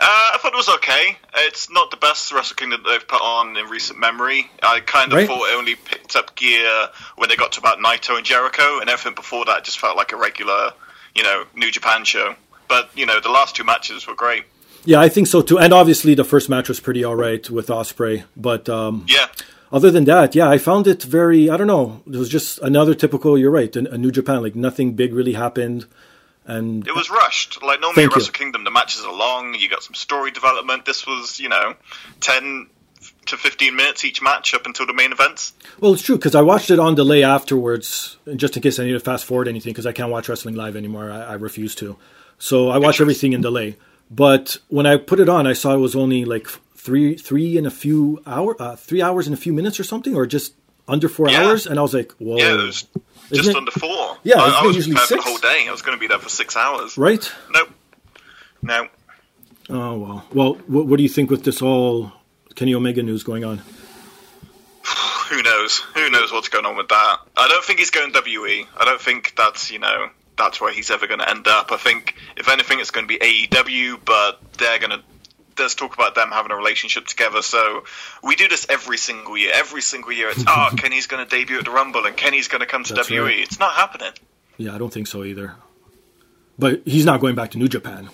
Uh, I thought it was okay. It's not the best Wrestle Kingdom that they've put on in recent memory. I kind of Right. thought it only picked up gear when they got to about Naito and Jericho, and everything before that just felt like a regular, you know, New Japan show. But, you know, the last two matches were great. Yeah, I think so too. And obviously, the first match was pretty all right with Osprey. But um, Yeah. other than that, yeah, I found it very, I don't know, it was just another typical, you're right, a, a New Japan. Like nothing big really happened. And It was rushed. Like normally Thank at you. Wrestle Kingdom, the matches are long. You got some story development. This was, you know, ten to fifteen minutes each match up until the main events. Well, it's true because I watched it on delay afterwards, just in case I need to fast forward anything because I can't watch wrestling live anymore. I, I refuse to. so I watch everything in delay. But when I put it on, I saw it was only like f- three, three and a few hour, uh, three hours and a few minutes or something, or just under four Yeah. hours, and I was like, whoa, Yeah, it was just Oh. it- under four. Yeah, I, isn't I it was usually prepared for six? the whole day. I was going to be there for six hours. right? Nope. No. Oh well. Well, what, what do you think with this all Kenny Omega news going on? Who knows? Who knows what's going on with that? I don't think he's going WWE. I don't think that's you know that's where he's ever going to end up. I think if anything, it's going to be AEW. But they're going to there's talk about them having a relationship together. So we do this every single year. Every single year, it's (laughs) oh Kenny's going to debut at the Rumble and Kenny's going to come to That's WWE. right. It's not happening. Yeah, I don't think so either. But he's not going back to New Japan.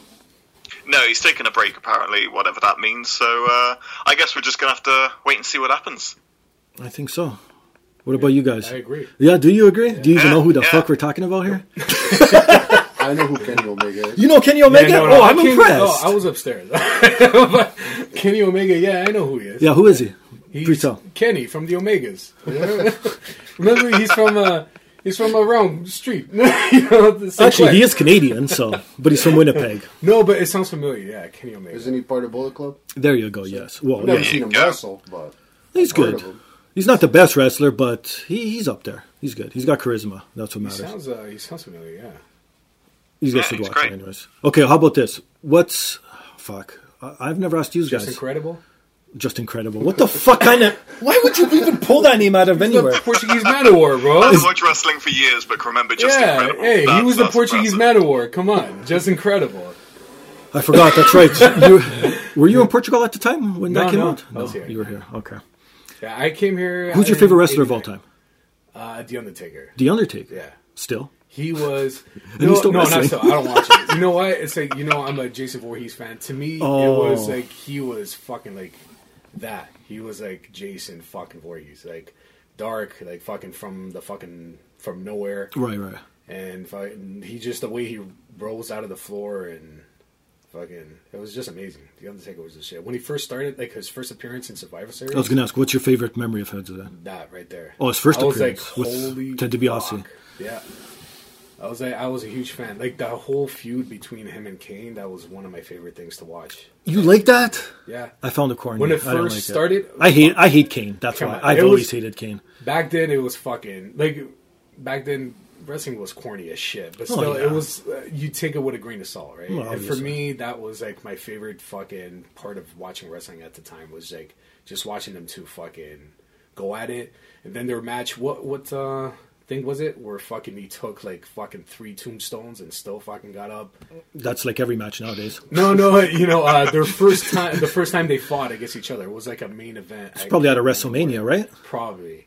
No, he's taking a break apparently, whatever that means. So uh, I guess we're just going to have to wait and see what happens. I think so. What about you guys? I agree. Yeah, do you agree? Do you even Yeah, know who the yeah. fuck we're talking about here? I know who Kenny Omega is. (laughs) You know Kenny Omega? Yeah, no, no, oh, I I'm came- impressed. Oh, I was upstairs. (laughs) But Kenny Omega, yeah, I know who he is. yeah, who is he? He's Please tell. Kenny from the Omegas. Remember, he's from uh, he's from around the street. (laughs) You know, the same Actually, place. he is Canadian, so but he's from Winnipeg. No, but it sounds familiar. Yeah, Kenny (laughs) Omega. Isn't he part of Bullet Club? Oh, There you go. Yes. Well, I've never yeah, seen him Yeah. wrestle, but he's I've heard of good. him. He's not the best wrestler, but he, he's up there. He's good. He's got charisma. That's what He matters. sounds uh, he sounds familiar. Yeah. These guys Yeah, should it's watch it great. anyways. Okay, how about this? What's fuck? I- I've never asked you guys. Just incredible. Just incredible. What the fuck kind of? Why would you even pull that name out of (laughs) anywhere? (laughs) Portuguese Matador, bro. I've watched wrestling for years, but can remember just yeah, incredible. hey, he That's- was the that's Portuguese impressive. Matador. Come on, just incredible. I forgot. That's (laughs) right. You, were you in Portugal at the time when No, that came no, out? I was here. you were here. Okay. Yeah, I came here. Who's your in favorite wrestler of all 89. time? Uh, the Undertaker. The Undertaker. Yeah. Still. (laughs) He was. he's No, still no, wrestling. not so. I don't watch it. (laughs) You know what? It's like you know I'm a Jason Voorhees fan. To me, Oh. it was like he was fucking like that. He was like Jason fucking Voorhees, like dark, like fucking from the fucking from nowhere, Right. Right. and fucking, he just the way he rolls out of the floor and fucking it was just amazing. The Undertaker was the shit when he first started, like his first appearance in Survivor Series. I was gonna ask, what's your favorite memory of Heads of that? that right there. Oh, his first I was appearance like, with holy Ted DiBiase. fuck. Yeah, I was like, I was a huge fan. Like the whole feud between him and Kane, that was one of my favorite things to watch. You like that? Yeah, I found it corny. When it I don't first like started- I hate. I hate Kane. That's Come why on, I've it was- always hated Kane. back then it was fucking like back then wrestling was corny as shit, but Oh, still yeah. it was. Uh, you take it with a grain of salt, right? Well, and for obviously. me, that was like my favorite fucking part of watching wrestling at the time was like just watching them two fucking go at it, and then their match. What what uh, thing was it? Where fucking he took like fucking three tombstones and still fucking got up. That's like every match nowadays. No, no, (laughs) you know uh, their first time. The first time they fought against each other was like a main event. It's Probably out of WrestleMania, right? Probably.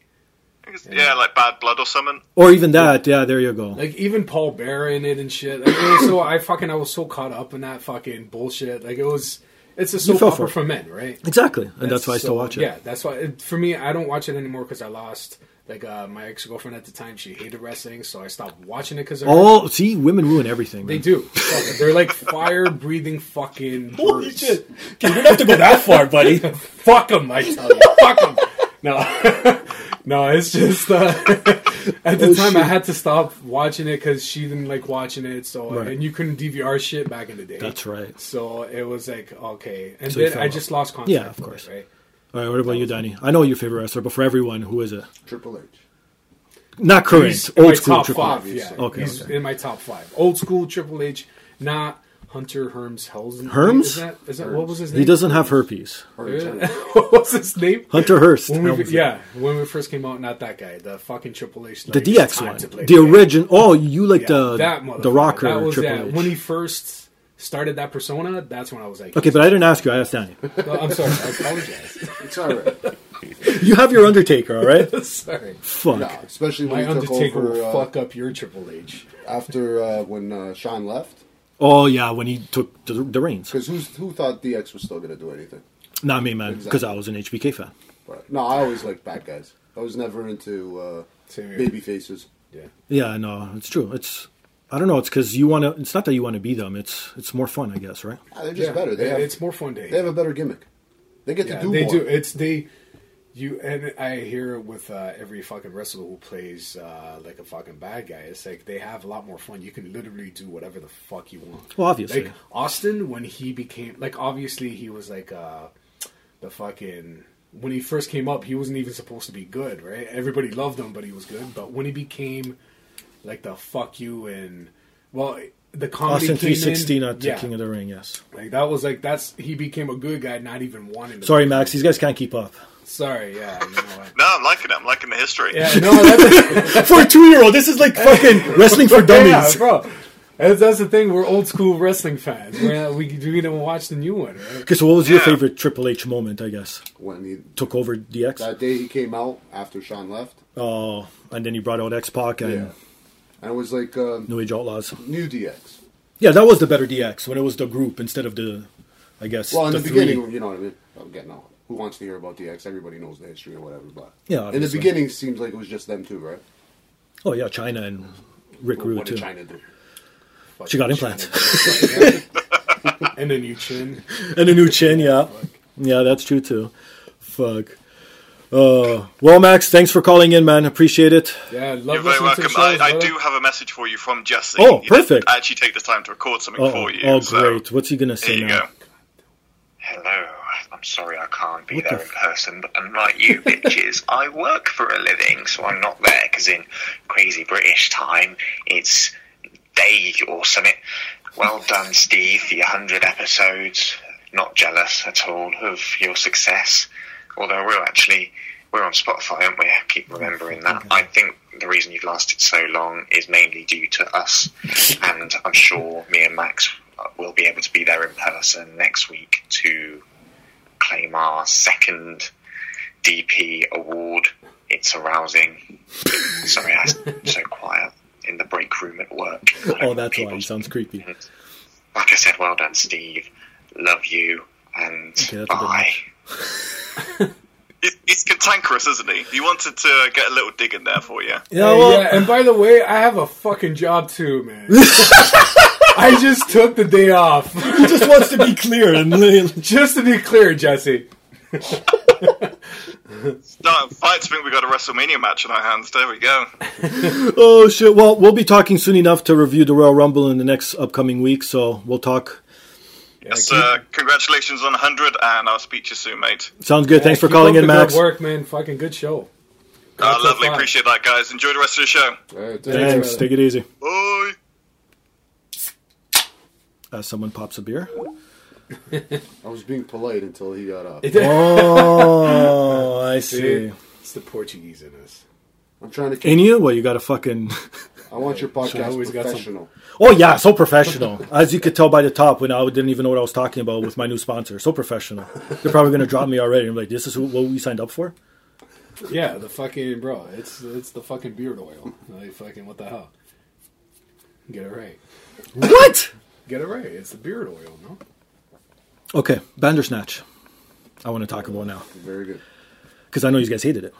Yeah, like Bad Blood or something. Or even that. Yeah. There you go. Like even Paul Bear in it and shit. Like, it was so I fucking I was so caught up in that fucking bullshit. Like it was, it's a soap fell for opera it. for men, right? Exactly, and that's, why I still so- watch it. Yeah, that's why. It, for me, I don't watch it anymore because I lost. Like uh, my ex girlfriend at the time, she hated wrestling, so I stopped watching it because All see, women ruin everything. they Man. do. Fuck it. They're like fire breathing fucking. birds. you don't have to go that far, buddy. (laughs) Fuck them, I tell you. Fuck them. No, (laughs) no, it's just uh, (laughs) at Oh, the time I had to stop watching it because she didn't like watching it. So Right. and you couldn't DVR shit back in the day. That's right. So it was like okay, and So you then fell I off. just lost contact. Yeah, of with it, course. right? All right, what about you, Danny? I know your favorite wrestler, but for everyone, who is it? Triple H. Not current, He's in my old school top Triple five. H. Yeah, Okay, he's okay. in my top five. Old school Triple H, not Hunter Herms Helms. Herms? Is that, is that what was his name? He doesn't have herpes. Hurt his hand. (laughs) what was his name? Hunter Hurst. When we, Helms. yeah, when we first came out, not that guy. The fucking Triple H. the like, DX time to one, play the game. origin. Oh, you like Yeah, the the motherfucker. rocker That was Triple that. H. When he first started that persona, that's when I was like, okay, but I didn't ask you. I asked Danny. (laughs) No, I'm sorry, I (laughs) apologize. It's all right. (laughs) You have your Undertaker, all right? sorry. Fuck. No, especially My when he took Undertaker over will uh, fuck up your Triple H. after uh, when uh, Sean left. Oh yeah, when he took the, the reins. Because who's who thought DX was still going to do anything? Not me, man, because Exactly. I was an HBK fan. But no, I always liked bad guys. I was never into uh, Same here. baby faces. Yeah. Yeah, no, it's true. It's I don't know. It's because you want to. It's not that you want to be them. It's it's more fun, I guess, right? Ah, they're just Yeah, better. They it- have it's more fun to they have a better gimmick. They get yeah, to do they more. do. It's they. You and I hear it with uh, every fucking wrestler who plays uh, like a fucking bad guy. It's like they have a lot more fun. You can literally do whatever the fuck you want. Well, obviously. like Austin when he became like obviously he was like uh, the fucking when he first came up he wasn't even supposed to be good, right? Everybody loved him, but he was good. But when he became like the fuck you and well the comedy Austin came in- 316 at the yeah, King of the Ring, yes. like that was like that's he became a good guy, not even wanting. To Sorry, Max, these guys can't keep up. Sorry, yeah, you know what? No, I'm liking it. I'm liking the history. (laughs) Yeah, no, (laughs) that's (laughs) For a two year old, this is like (laughs) fucking wrestling for yeah, dummies. bro. That's, that's the thing. We're old school wrestling fans. We're not, we we don't watch the new one. Right? Okay, so what was your Yeah. favorite Triple H moment, I guess? When he Took over DX? that day he came out after Sean left, Oh, and then you brought out X Pac and Yeah. and it was like uh, New Age Outlaws. new DX. Yeah, that was the better DX when it was the group instead of the, I guess. Well, in the, the, three. beginning, you know what I mean. I'm getting out. Who wants to hear about DX? Everybody knows the history or whatever. But Yeah, in the obviously. beginning, it seems like it was just them two, right? Oh yeah, China and Rick Rude what did too. China do? She got implants (laughs) and then you chin. (laughs) and a new (laughs) chin. Yeah, yeah, that's true too. Fuck. Uh, well, Max, thanks for calling in, man. Appreciate it. Yeah, love You're very listening to the welcome. shows, I, I brother. do have a message for you from Jesse. Oh, He did perfect. Actually, take the time to record something Oh, for you. oh, so great. What's he gonna Here say uh, you now? go. Hello, I'm sorry I can't be What the there in f- person, but unlike you bitches, I work for a living, so I'm not there, because in crazy British time, it's day or something. Well done, Steve, the 100 episodes. Not jealous at all of your success. Although we're actually, we're on Spotify, aren't we? Keep remembering that. I think the reason you've lasted so long is mainly due to us, and I'm sure me and Max will be able to be there in person next week to claim our second DP award. It's arousing. Sorry, I'm so quiet in the break room at work. Oh, that's why. People- He sounds creepy. Like I said, well done, Steve. Love you, and that's a bit bye. much. He's, he's cantankerous, isn't he? He wanted to get a little dig in there for you. Yeah, Hey, well, yeah, and by the way, I have a fucking job too, (laughs) man. I just took the day off. (laughs) he just wants to be clear and just to be clear, Jesse. Starting fights. I think we got a WrestleMania match in our hands. There we go. Oh shit! Well, we'll be talking soon enough to review the Royal Rumble in the next upcoming week, so we'll talk. Yes, uh, congratulations on 100, and I'll speak to you soon, mate. Sounds good. Thanks for Keep calling up in, the good Max. Work, man. Fucking good show. Uh, That's a lovely. five. Appreciate that, guys. Enjoy the rest of the show. Alright, Thanks. brother. Take it easy. Bye. As Uh, someone pops a (laughs) beer. I was being polite until he got up. Oh, I (laughs) see. See? It's the Portuguese in us. I'm trying to. Keep, In you? Well, you got a fucking. (laughs) I want your Should I podcast always got some- professional. Oh yeah, so professional. As you could tell by the top, when I didn't even know what I was talking about with my new sponsor, so professional. They're probably gonna drop me already. I'm like, this is who, what we signed up for. Yeah, the fucking bro. It's it's the fucking beard oil. Like fucking what the hell? Get it right. What? Get it right. It's the beard oil, no? Okay, Bandersnatch. I want to talk about now Very good. because I know you guys hated it,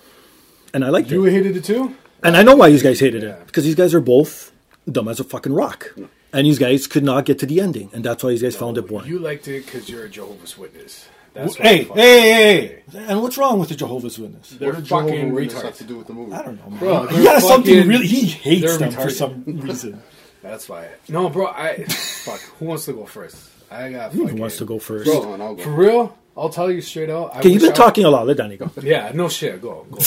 and I liked it. You hated it too? And I know why these guys hated Yeah. it because these guys are both dumb as a fucking rock, and these guys could not get to the ending, and that's why these guys found it boring. You liked it because you're a Jehovah's Witness. That's hey, why- hey, hey, hey! And what's wrong with the Jehovah's Witness? They're What did Jehovah fucking Witness have to retards. do with the movie? I don't know, man. Bro, he they're got something fucking- really. He hates they're them for retarded. some (laughs) reason. That's why. No, bro. I fuck. Who wants to go first? I got. Who fucking- wants to go first? Bro, I'll For go. real? I'll tell you straight out. I okay, you've wish been I- talking a lot. Let Danny go. Yeah. No shit. Go. Go.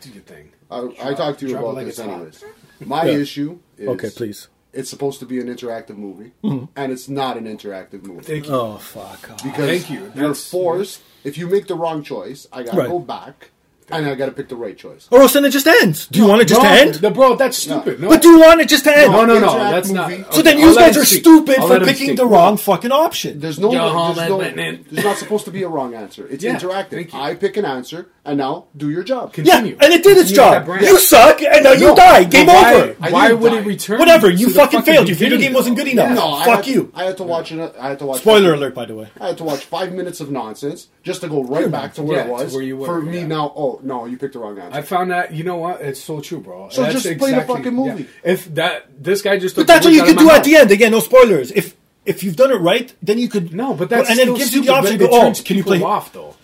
do your thing. I, I talked to you Drop it about like this it's (laughs) hot. anyways. My Yeah. issue is Okay, please. It's supposed to be an interactive movie, and it's not an interactive movie. Thank you. Oh fuck! off. because Thank you. are That's- forced. If you make the wrong choice, I gotta Right. go back, and I gotta pick the right choice. Or else then it just ends. Do you want it (laughs) just no, to end? the- bro, that's stupid. No. But do you want it just to end? no, no, no. Interact That's not. movie. So okay, then I'll you let guys him are speak. stupid I'll for let him picking speak. the wrong fucking option. There's no, Yo, there's, hold that no button in. there's not supposed to be a wrong answer. It's Yeah, interactive. thank you. I pick an answer, and now do your job. yeah, Continue. and it did its Continue with that job. brand. You suck, and now you No, die. Game But why, over. I Why didn't would die. it return? Whatever, to you the fucking failed. Your video beginning, game wasn't though? good e- enough. No, I Fuck had, you. I had to watch. An, I had to watch. Spoiler alert, by the way. I had to watch five minutes of nonsense just to go right back to where Yeah, it to was. where you were, For me yeah. now, oh no, you picked the wrong answer. I found that you know what? It's so true, bro. So just play the fucking movie. yeah. If that this guy just But that's what you can do at the end. Again, no spoilers. If if you've done it right, then you could. No, but that's and then still gives you stupid, the option. but to it Go, oh, turns can you people play? off though?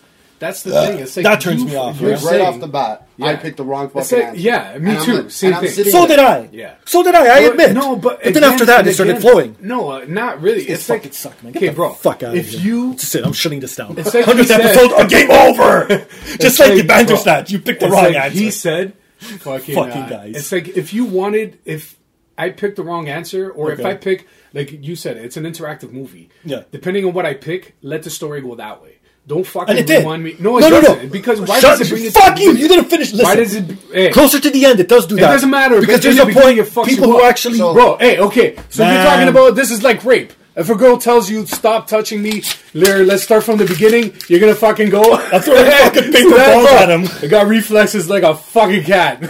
That's the thing. It's like That turns you- me off, you're right? Like, right saying- off the bat, I Yeah. picked the wrong fucking It's like- answer. yeah, me And I'm too. like- Same and I'm thing. sitting So there- did I. Yeah. So did I. I But- admit. No, but then again after that, and it started again- flowing. No, uh, not really. It's, It's like fucking suck, man. Get okay, the bro. fuck out If of here. you That's it. I'm shutting this down. It's like he 100th said- episode of Game (laughs) Over. Just like, like- the Bandersnatch. You picked the It's wrong like answer. He said, "Fucking, Fucking uh, guys. It's like if you wanted, if I picked the wrong answer, or if Okay. I pick, like you said, it's an interactive movie. Yeah. Depending on what I pick, let the story go that way. Don't fucking and it did. rewind me. No, it doesn't. Because why Shut- does it bring it? Fuck to you. You didn't finish. Listen. Why does it? be- Hey, Closer to the end, it does do It that. doesn't matter because in there's the a beginning, point it fucks people you who up. actually So- bro. Hey, okay. So Man. you're talking about this is like rape. If a girl tells you stop touching me, Larry, let's start from the beginning. You're gonna fucking (laughs) go. I throw a fucking (laughs) paper balls at him. I got reflexes like a fucking cat.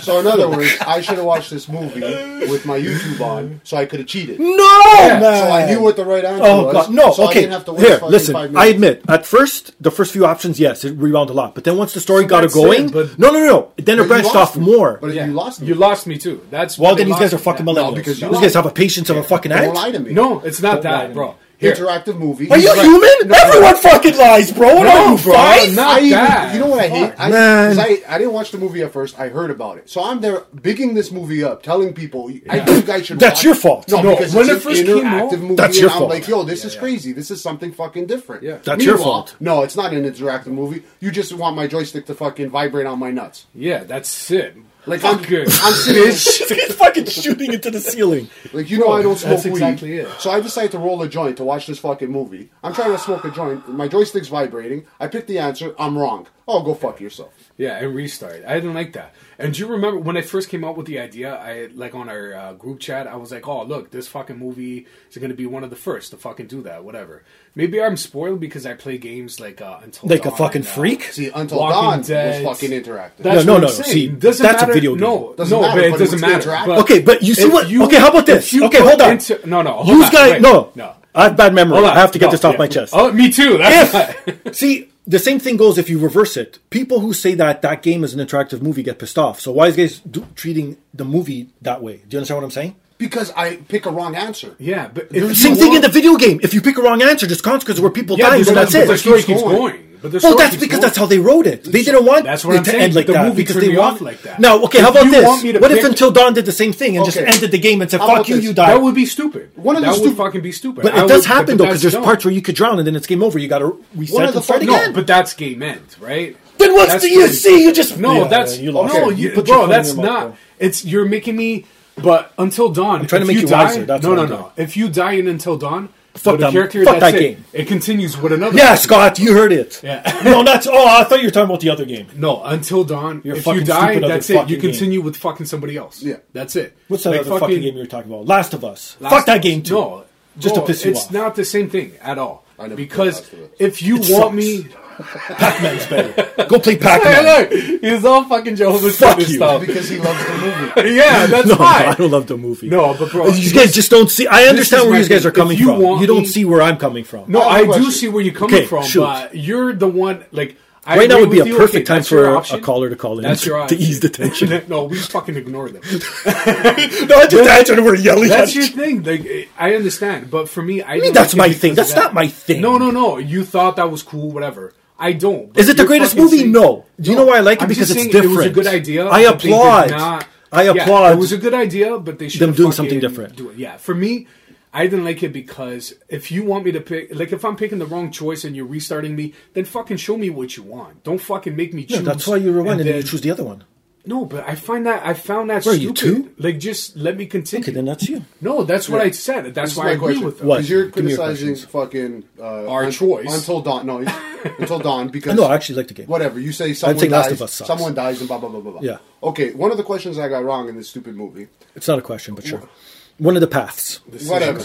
So in other words, I should have watched this movie with my YouTube on, so I could have cheated. No, man. So I knew what the right answer Oh was. god, no. So I okay, didn't have to wait here, fucking listen. five I minutes. admit, at first, the first few options, yes, it rewound a lot, but then once the story got it that's it, going, but- no, no, no, no, then it But you branched lost off me. more. But you lost me. You lost me too. That's Well, why then they these guys are lost fucking me. millennials. because you these guys have a patience of a fucking Don't act. lie to me. No, it's not lie to that, me. bro. Here. interactive movie. Are you Right. human? Everyone fucking lies, bro. What are No, you bro, five? no. I even, bad. you know what I hate? I, Man. 'cause I, I didn't watch the movie at first. I heard about it, so I'm there bigging this movie up, telling people I think you guys should. That's watch your it. fault. No, No, because when it's it an first came out- interactive movie. That's and your I'm fault. like, yo, this is crazy. This is something fucking different. Yeah. That's your Meanwhile, fault. No, it's not an interactive movie. You just want my joystick to fucking vibrate on my nuts. Yeah, that's it. Like I'm, Fuck you. I'm (laughs) serious. He's fucking shooting into the ceiling. Like you know, I don't smoke that's weed. exactly it. So I decide to roll a joint to watch this fucking movie. I'm trying to smoke a joint. My joystick's vibrating. I pick the answer. I'm wrong. Oh, go fuck yourself. Yeah, and restart. I didn't like that. And do you remember when I first came out with the idea? I like on our uh, group chat. I was like, "Oh, look, this fucking movie is going to be one of the first to fucking do that." Whatever. Maybe I'm spoiled because I play games like uh, until Like a Dawn fucking and, uh, freak? See, Until Walking Dawn Dead. was fucking interactive. That's No, no, no, no, no. no. See, See, doesn't that's a matter. video game. No, Doesn't no, matter, but but it doesn't it's matter. interactive. But Okay, but you see Uh, if what? you- okay, how about if this? you Okay, put hold on. into- no, no, hold You on, guys, wait. no, No. I have bad memory. Hold on. I have to get No, this off yeah. my chest. Oh, me too. That's why. (laughs) if see the same thing goes if you reverse it people who say that that game is an interactive movie get pissed off so why is guys do, treating the movie that way do you understand what i'm saying because I pick a wrong answer. yeah, but if same you thing in want- the video game if you pick a wrong answer there's consequences where people yeah, die but so the- that's but it The story keeps going. going. But the well story that's keeps because going. that's how they wrote it they didn't want That's what it I'm to saying, end like but the that movie because turned they me want off like that. now okay If how about you this want me to what if pick- until dawn did the same thing and just Okay. ended the game and said How fuck about you this? you die That would be stupid. One of the that stupid- would fucking be stupid. but I it does would- happen but though that's because there's dumb. parts where you could drown and then it's game over you gotta reset of the and start fuck- again no, No, but that's game end, right? Then what's That's the you pretty- see? You just No, Yeah, that's yeah, you lost. no, it. you, put your bro. phone in That's your mouth, not. bro. It's you're making me. But until dawn, I'm trying to make you die, wiser, that's no, what no, I'm no. doing. If you die in until dawn, Fuck with a that- character, fuck that's that it. game. It continues with another. Yeah, one. Scott, you heard it. Yeah. no, that's. Oh, I thought you were talking about the other game. No, until dawn. You're if fucking you die, stupid other that's it. You fucking game. continue with fucking somebody else. Yeah. that's it. What's that Like other fucking, game you were talking about? Last of Us. Last Fuck that of Us. game too. No, Just no, to piss you it's off. It's not the same thing at all. I never played Because Last of Us. if you It want sucks. me, Pac-Man's better. Go play (laughs) Pac-Man. hey, look, he's all fucking Jehovah's Fuck Witness you. stuff. Because he loves the movie. (laughs) yeah, (laughs) that's no, fine. I don't love the movie. No, but bro, you guys just don't see. I understand is where my you guys thing. are coming If you from. want You don't me- see where I'm coming from. no, I have I a question. do see where you're coming Okay, from, shoot. but you're the one like. I Right now agree would be a with you. Okay, perfect time that's your for a, option. caller to call in That's your (laughs) to option. ease the tension. no, (laughs) no, we fucking ignore them. I just answered. We're yelling. (laughs) That's at your each- thing. Like I understand, but for me, I, mean, don't that's like it my because thing. of That's that. not my thing. No, no, no. You thought that was cool, whatever. I don't. but Is it the you're greatest fucking movie? saying- No. Do you know why I like it? I'm just Because it's saying different. It was a good idea. I but they did applaud. not- I Yeah, applaud. it was a good idea, but they should them have doing something fucking different. do it. Yeah, for me, I didn't like it because if you want me to pick, like if I'm picking the wrong choice and you're restarting me, then fucking show me what you want. Don't fucking make me choose. No, that's why you rewind and then you then- choose the other one. No, but I find that I found that What are you, stupid. two? Like, just let me continue. Okay, then that's you. no, that's what I said. That's This is why I my agree question. with them. What? Because you're Give me your criticizing questions. fucking uh, Our Un- choice. until dawn. No, (laughs) until dawn. Because No, I actually like the game. whatever you say, someone saying dies. Last of Us sucks. Someone dies and blah blah blah blah. blah. Yeah. Okay. One of the questions I got wrong in this stupid movie. It's not a question, but sure. One of the paths. Whatever.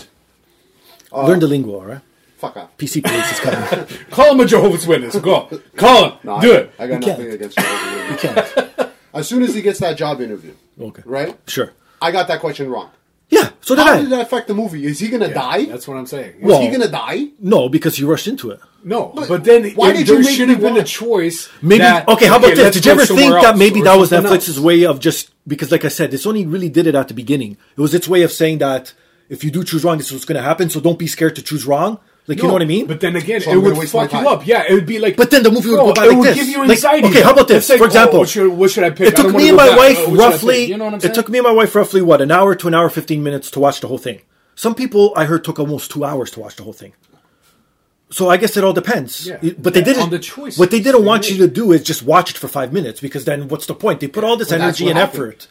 Learn the lingua, all right? Fuck off. PC police is (laughs) coming. Call him a Jehovah's Witness. Go. (laughs) Call him. No, I- Do it. I got You nothing can't. against you. As soon as he gets that job interview, Okay. right? Sure. I got that question wrong. Yeah, so did How I. did that affect the movie? Is he gonna die? That's what I'm saying. Was he Well- gonna die? No, because you rushed into it. no, but, then why why did you there make should me have been a watch? choice. Maybe that, okay. How about this? let's Did you go ever think somewhere that else maybe or that was something Netflix's else? way of just because, like I said, this only really did it at the beginning. It was its way of saying that if you do choose wrong, this is what's going to happen. So don't be scared to choose wrong. Like, you know what I mean? But then again, So it I'm gonna would waste my fuck you time. up. Yeah, it would be like. But then the movie would No, go by it like would this. give you Like, anxiety. okay, how about this? It's like, For example, oh, what, should, what should I it pick? I don't took wanna me and go my back. Oh, wife What should I pick? roughly You know what I'm it saying? took me and my wife roughly what an hour to an hour 15 minutes to watch the whole thing some people i heard took almost two hours to watch the whole thing so i guess it all depends Yeah. It- but they Yeah, didn't on the choices what they didn't they want make. you to do is just watch it for five minutes because then what's the point they put all this Well, that's energy what and happened. effort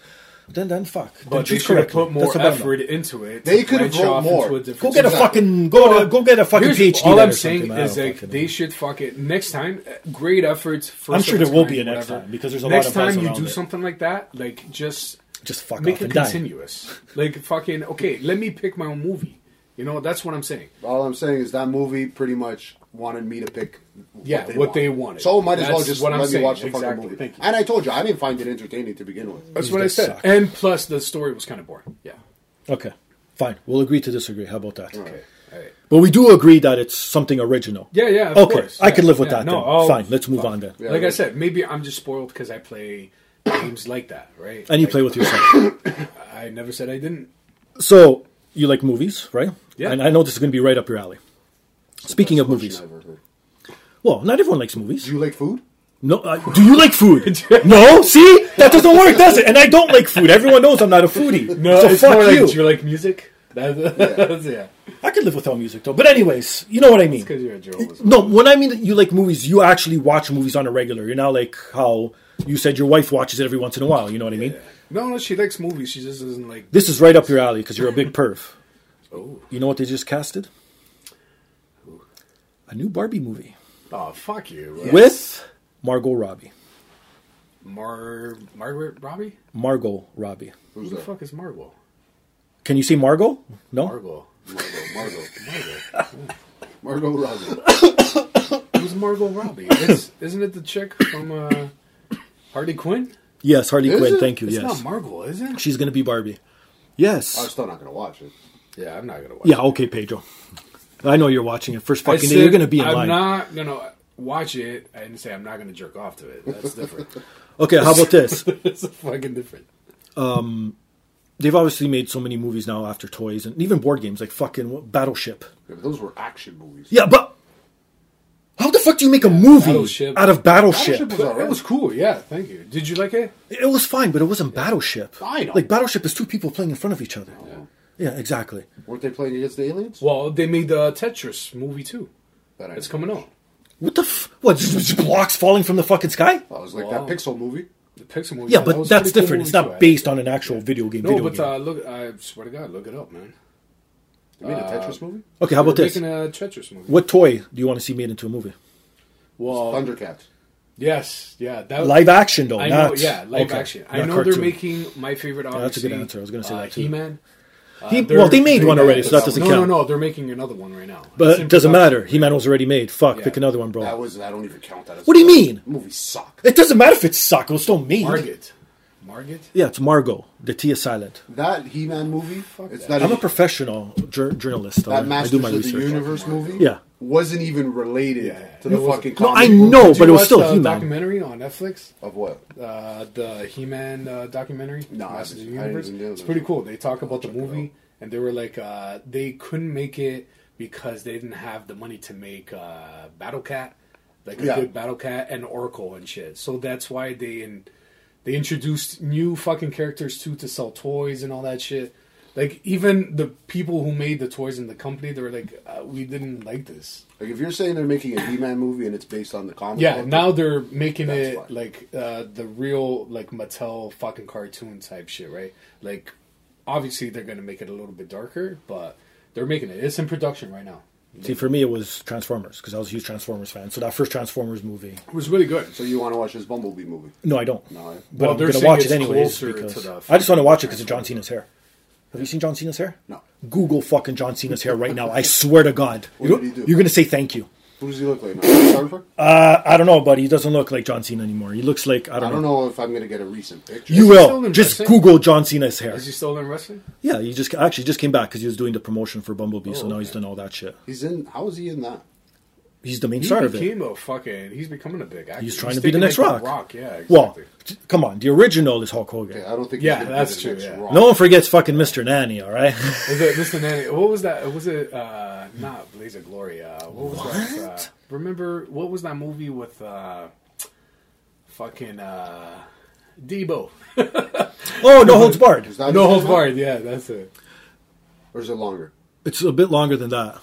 then then fuck Then But they choose should have correctly. put That's more what I'm- effort into it. They to could have branch wrote off more. into Go a go different get a system. fucking go to, go get a fucking Here's- phd All there I'm or saying something. I is don't like fucking they know. should fuck it next time. uh, Great efforts. First I'm sure of there its will kind, be a next whatever. time, because there's a lot next of buzz time you around do it. something like that, like just just fuck make off it and die. (laughs) continuous. like fucking okay, let me pick my own movie. You know that's what I'm saying. All I'm saying is that movie pretty much wanted me to pick. Yeah, what they wanted. So might as well That's just what I'm let me saying. watch the Exactly. fucking movie. Thank you. And I told you I didn't find it entertaining to begin with. That's These what I guys said. suck. And plus, the story was kind of boring. Yeah. Okay, fine. We'll agree to disagree. How about that? Okay. All right. But we do agree that it's something original. Yeah, yeah. Of okay, course. I Yeah, can live with yeah. that. No, oh, then. I'll- fine. Let's move on then. like I yeah. said, maybe I'm just spoiled because I play games like that, right? And you Like, play with yourself. (coughs) I never said I didn't. so you like movies, right? Yeah. And I know this is going to be right up your alley. Speaking of movies, I've ever heard. well, not everyone likes movies. Do you like food? no, uh, do you like (laughs) food? no, see, that doesn't work, does it? And I don't like food. Everyone knows I'm not a foodie. (laughs) No, so it's fuck more you. like do you like music? That's, (laughs) that's- yeah. I could live without music though. But anyways, you know what I mean. Because you're a journalist. No, when I mean that you like movies, you actually watch movies on a regular. You're not like how you said your wife watches it every once in a while. You know what I mean? No, no, she likes movies. She just doesn't like. This is right up your alley because you're a big perv. Oh. You know what they just casted? A new Barbie movie Oh, fuck you. Uh, with Margot Robbie. Mar Margaret Robbie. Margot Robbie. Who the fuck is Margot? Can you see Margot? No. Margot. Margot. (laughs) Margot. Margot Robbie. Who's Margot Robbie? It's, isn't it the chick from uh, Harley Quinn? Yes, Harley Is Quinn. it? Thank you. It's not yes, Margot, is it? she's gonna be Barbie. I'm Yes. still not gonna watch it. Yeah, I'm not gonna watch. Yeah. Okay, Pedro. I know you're watching it. First I fucking day, said you're gonna be in I'm line. not gonna watch it. I didn't say I'm not gonna jerk off to it. (laughs) That's different. Okay. How about this? (laughs) it's fucking different. They've obviously made so many movies now after toys and even board games like fucking what, Battleship. Yeah, but those were action movies. Yeah, but how the fuck do you make a movie Battleship. out of Battleship? Battleship was But alright. it was cool. Yeah, thank you. Did you like it? It was fine, but it wasn't Battleship. I know. Like Battleship is two people playing in front of each other. Yeah, exactly. Weren't they playing against the aliens? Well, they made the Tetris movie too. That I It's know. coming out. What the f- what? Just, just blocks falling from the fucking sky? That was like Wow. that Pixel movie. The Pixar movie. Yeah, that but was that's pretty cool different. movie it's too, not I- based on an actual video game. No, video but game. uh, look, I swear to God, look it up, man. They made a Uh, Tetris movie. okay, how about They're this? Making a Tetris movie. what toy do you want to see made into a movie? Well, Thundercats. yes, yeah, that Live action though. Uh, I know, not, yeah, live okay, action. I not know cartoon. they're making my favorite. Obviously, that's a good answer. I was gonna say uh, that, too. He-Man. He- uh, They're- well, they made one made- already, so that doesn't no, count. No, no, they're making another one right now. It's But in it doesn't production. matter. He Man was already made. Fuck, Yeah. pick another one, bro. That was. I don't even count that. As What do you mean? Movies suck. it doesn't matter if it's suck. It was still made. Margaret. Margaret. Yeah, it's Margot. The T is silent. That He-Man movie. it's that. I'm not. a even- professional jour- journalist. that I do Masters my of the research. Universe movie. Yeah. Wasn't even related to the It was- fucking. No, I comic book. know, Did but you it was watch still the He-Man. documentary on Netflix. Of what? Uh, the He-Man uh, documentary. No, I Masters of the haven't- I haven't Universe. even done It's that. pretty cool. They talk about the movie, and they were like, uh, they couldn't make it because they didn't have the money to make uh, Battle Cat, like a Yeah. good Battle Cat and Oracle and shit. So that's why they in, they introduced new fucking characters too to sell toys and all that shit. Like even the people who made the toys in the company, they were like, uh, we didn't like this. Like if you're saying they're making a He-Man movie and it's based on the comic. Yeah, book, now they're making That's it fine. like uh, the real like Mattel fucking cartoon type shit, right? Like, obviously they're gonna make it a little bit darker, but they're making it. It's in production right now. See, for me, it was Transformers because I was a huge Transformers fan. So that first Transformers movie, It was really good. So you want to watch this Bumblebee movie? no, I don't. No, I- but Well, I'm they're gonna saying watch it it's anyways closer because to the I just want to watch it because of John Cena's hair. Have you seen John Cena's hair? No. Google fucking John Cena's hair right now. I swear to God, What You- did he do? you're gonna say thank you. Who does he look like? Surfer? Uh, I don't know, but he doesn't look like John Cena anymore. He looks like I don't, I don't know. know if I'm going to get a recent picture. You Is he still will in just wrestling? Google John Cena's hair. Is he still in wrestling? Yeah, he just Oh, actually just came back because he was doing the promotion for Bumblebee, so now he's done all that shit. He's in. How is he in that? he's the main He star of it. became a fucking. He's becomoming a big actor. He's trying to be the taking, next like, Rock. Rock, yeah. Well, exactly. t- come on, the original is Hulk Hogan. Yeah, I don't think. Yeah, he's gonna that's be the true, next yeah. Rock. No one forgets fucking Mr. Nanny, all right? (laughs) Was it, listen, Annie, what was that? Was it uh, not Blaze of Glory? Uh, what was that? Uh, remember what was that movie with uh, fucking uh, Debo? oh, no holds barred. Is that No his holds name? barred. Yeah, that's it. Or is it longer? It's a bit longer than that.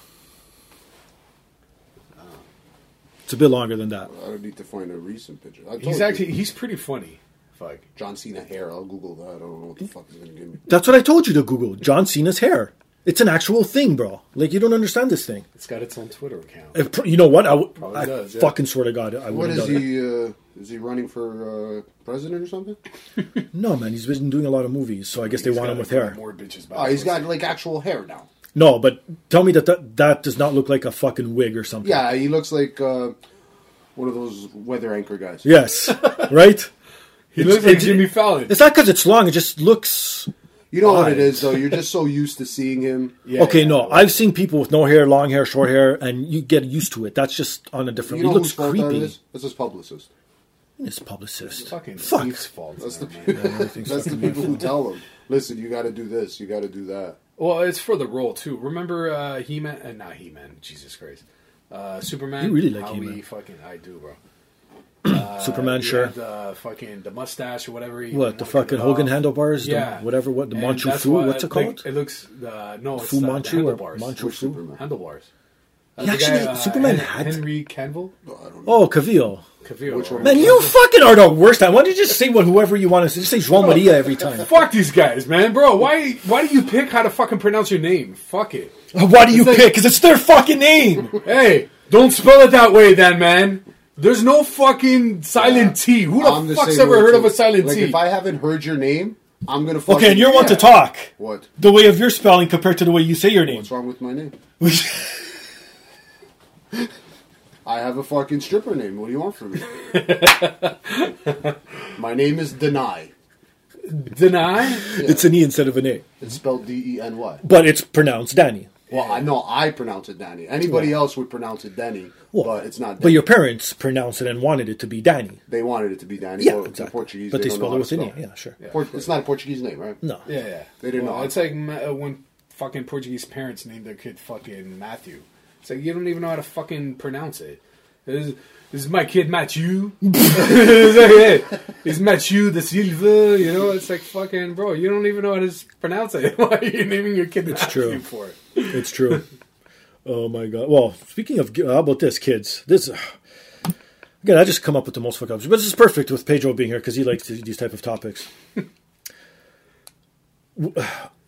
It's a bit longer than that. I don't need to find a recent picture. I told He's you. actually he's pretty funny. Fuck. John Cena hair. I'll Google that. I don't know what Mm. the fuck is going to give me. That's what I told you to Google. John Cena's hair. It's an actual thing, bro. Like you don't understand this thing. It's got its own Twitter account. If pr- you know what? I, w- Probably I does, yeah. fucking swear to God, I would What is have done it. he? Uh, is he running for uh, president or something? No, man, he's been doing a lot of movies, so I guess they He's want got, him with like, hair. More bitches. Oh, he's got like actual hair now. No, but tell me that, that that does not look like a fucking wig or something. Yeah, he looks like uh, one of those weather anchor guys. Yes. right. (laughs) He looks like Jimmy Fallon. It's not because it's long. It just looks. You know what Right. it is though. You're just so used to seeing him. (laughs) Yeah, okay, yeah, no, I've seen people with no hair, long hair, short hair, and you get used to it. That's just on a You different. know it looks whose fault that creepy. is? That's his publicist. It's publicist. Fucking Fuck. (laughs) Steve's fault. That's the man. that's the people who tell him. Listen, you got to do this. You got to do that. (laughs) Well, it's for the role too. Remember uh, He Man? Uh, not He Man. Jesus Christ. Uh, Superman. You really like how He-Man. he fucking I do, bro. Superman, He sure. had The fucking the mustache or whatever. he what the wanted fucking it Hogan off. handlebars? Yeah, The whatever. What the And Manchu that's Fu? why, What's it like, called? it looks uh, no, it's Fu the, the Manchu or handlebars. Manchu Which Fu? Superman? Handlebars. Uh, He the actually- Superman Hen- had- Henry Cavill. Oh, Cavill. Cavill. Which one? Man, (laughs) you fucking are the worst. Why don't you just say what whoever you want to say? Just say João Maria every (laughs) time. Fuck these guys, man, bro. Why? Why do you pick how to fucking pronounce your name? Fuck it. Why do you like- pick? Because it's their fucking (laughs) name. Hey, don't spell it that way, then, man. There's no fucking silent T. Who the, I'm the fuck's same ever way, heard too. of a silent Like T? if I haven't heard your name, I'm gonna. Fucking, Okay, and you're one to Yeah. talk. What? The way of your spelling compared to the way you say your (laughs) name. What's wrong with my name? I have a fucking stripper name. What do you want from (laughs) me? my name is Deny. Deny? (laughs) It's an E instead of an A, It's spelled D E N Y. but it's pronounced Danny. Well, I know I pronounce it Danny. Anybody else would pronounce it Denny, Well, but it's not. Denny. But your parents pronounced it and wanted it to be Danny. they wanted it to be Danny. Yeah, but it's a exactly. Portuguese. but they, don't know spelled how it to with an E. spell. Yeah, sure. Por- it's not a Portuguese name, right? No. Yeah, yeah. They didn't well, know. It's like ma- uh, when fucking Portuguese parents named their kid fucking Matthew. It's like you don't even know how to fucking pronounce it. This is, this is my kid Matthew. (laughs) it's like, hey, it's Matthew da Silva. You know, it's like fucking bro. You don't even know how to s- pronounce it. (laughs) Why are you naming your kid Matthew true. for it? It's true. oh my god. Well, speaking of, uh, how about this, kids? This again, I just come up with the most fuck ups, but this is perfect with Pedro being here because he likes these type of topics. W-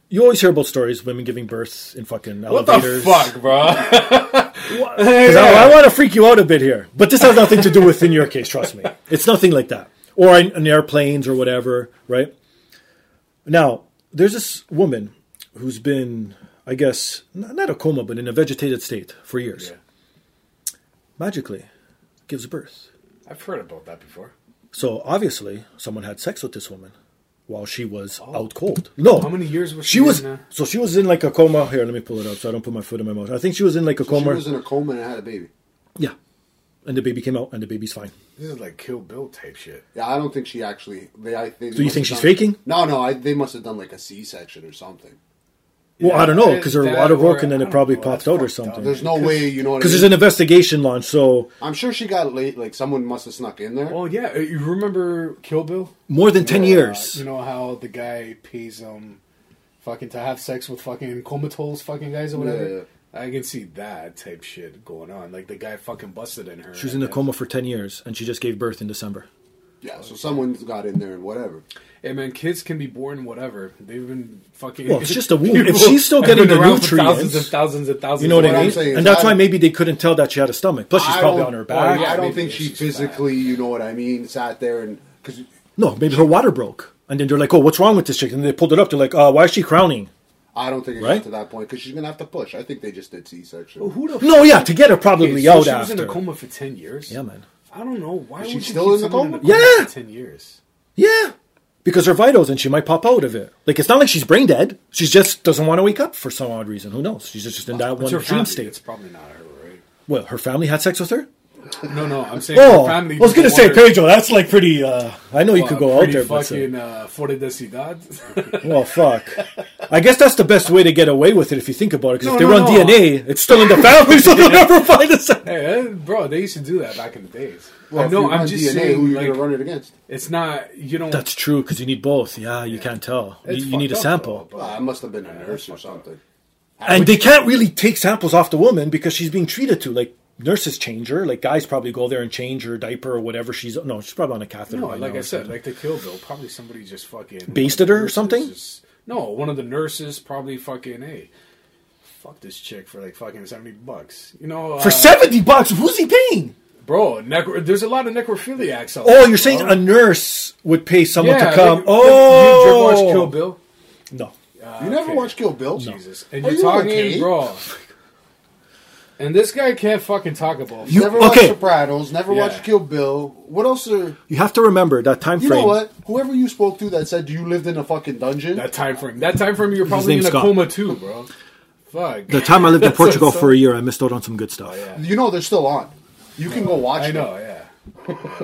you always hear about stories of women giving birth in fucking What elevators. the fuck, bro? 'Cause I, want to freak you out a bit here, but this has nothing to do with in your case. Trust me, it's nothing like that, or in, in airplanes or whatever, right? Now, there's this woman who's been, I guess, n- not a coma, but in a vegetated state for years. Yeah. Magically, gives birth. I've heard about that before. So obviously, someone had sex with this woman while she was out cold. No, Oh. How many years was She she? was in, uh, so she was in like a coma. Here, let me pull it up so I don't put my foot in my mouth. I think she was in like a She coma. was in a coma and had a baby. yeah, and the baby came out, and the baby's fine. This is like Kill Bill type shit. Yeah, I don't think she actually. They, I, they So you must think have she's done- faking? No, no. I, they must have done like a C-section or something. Well, I don't know because her That water or- broke and then I it don't probably know, popped that's out or fucked up. something. There's no way you know what I Because there's mean? an investigation launch, so I'm sure she got late. Like someone must have snuck in there. Oh yeah, uh, you remember Kill Bill? more than ten Uh, years. you know how the guy pays um, fucking to have sex with fucking comatose fucking guys or whatever. Yeah, I can see that type shit going on. Like the guy fucking busted in her. she was in a and- coma for ten years, and she just gave birth in December. yeah, so someone got in there and whatever. Hey man, kids can be born whatever. They've been fucking. Well, (laughs) it's just a womb. If People she's still have getting been the around for thousands nutrients, and thousands and thousands. You know what, what I I'm mean? saying is and that's I- why maybe they couldn't tell that she had a stomach. Plus, she's I probably don't- on her oh, back. yeah, I don't Maybe think she she's fat. physically, you know what I mean, sat there and because No, maybe her water broke, and then they're like, "Oh, what's wrong with this chick?" And they pulled it up. They're like, uh, "Why is she crowning?" I don't think it Right? got to that point because she's gonna have to push. I think they just did C-section. Who the No, yeah, to get her probably Okay, out so she was after. in a coma for ten years. Yeah, man. I don't know why. she would you still keep in the someone coma? Yeah. for ten years. Yeah, because her vitals, and she might pop out of it. Like it's not like she's brain dead. She just doesn't want to wake up for some odd reason. Who knows? She's just in that It's one her dream family. state. It's probably not her, right? Well, her family had sex with her. No, no, I'm saying Oh, her family. I was gonna didn't say want her- Pedro. That's like pretty. Uh, I know you could go out pretty there, but fucking uh, Florida de Ciudad. uh, (laughs) well, fuck. I guess that's the best way to get away with it if you think about it. Because No, if they no, run no. DNA, it's still in the family, (laughs) so (laughs) they'll never find us. (laughs) Hey, eh, bro, they used to do that back in the days. Well, I if you know, I'm run just DNA, who saying, you're like, gonna run it against? it's not, you don't. That's true because you need both. Yeah, you can't tell. You, It's you need a fucked up, sample, though, Well, I must have been a nurse or something. and they can't really take samples off the woman because she's being treated to. Like nurses change her. Like guys probably go there and change her diaper or whatever she's. No, she's probably on a catheter. No, by like now I or said, something. like the Kill Bill, probably somebody just fucking Basted her or something? Just- no, one of the nurses probably fucking hey, fuck this chick for like fucking seventy bucks. You know, uh, for seventy bucks, who's he paying? bro. Necro- there's a lot of necrophiliacs. Out Oh, there, you're saying bro. a nurse would pay someone yeah, to come? like, oh, you, you ever watch Kill Bill? No. you never okay. watched Kill Bill? Jesus, and Uh, Are you're you talking, okay? bro. And this guy can't fucking talk about. You- Never okay. watched Sopranos. Never Yeah. watched Kill Bill. What else are You have to remember that time you frame. know? What whoever you spoke to that said you lived in a fucking dungeon. that time frame. That time frame, you're probably in name's a Scott. coma too, bro. Fuck. The time I lived in That's Oh, what Portugal I'm for a year, I missed out on some good stuff. you know they're still on. You can go watch. I it. (laughs) know, yeah. yeah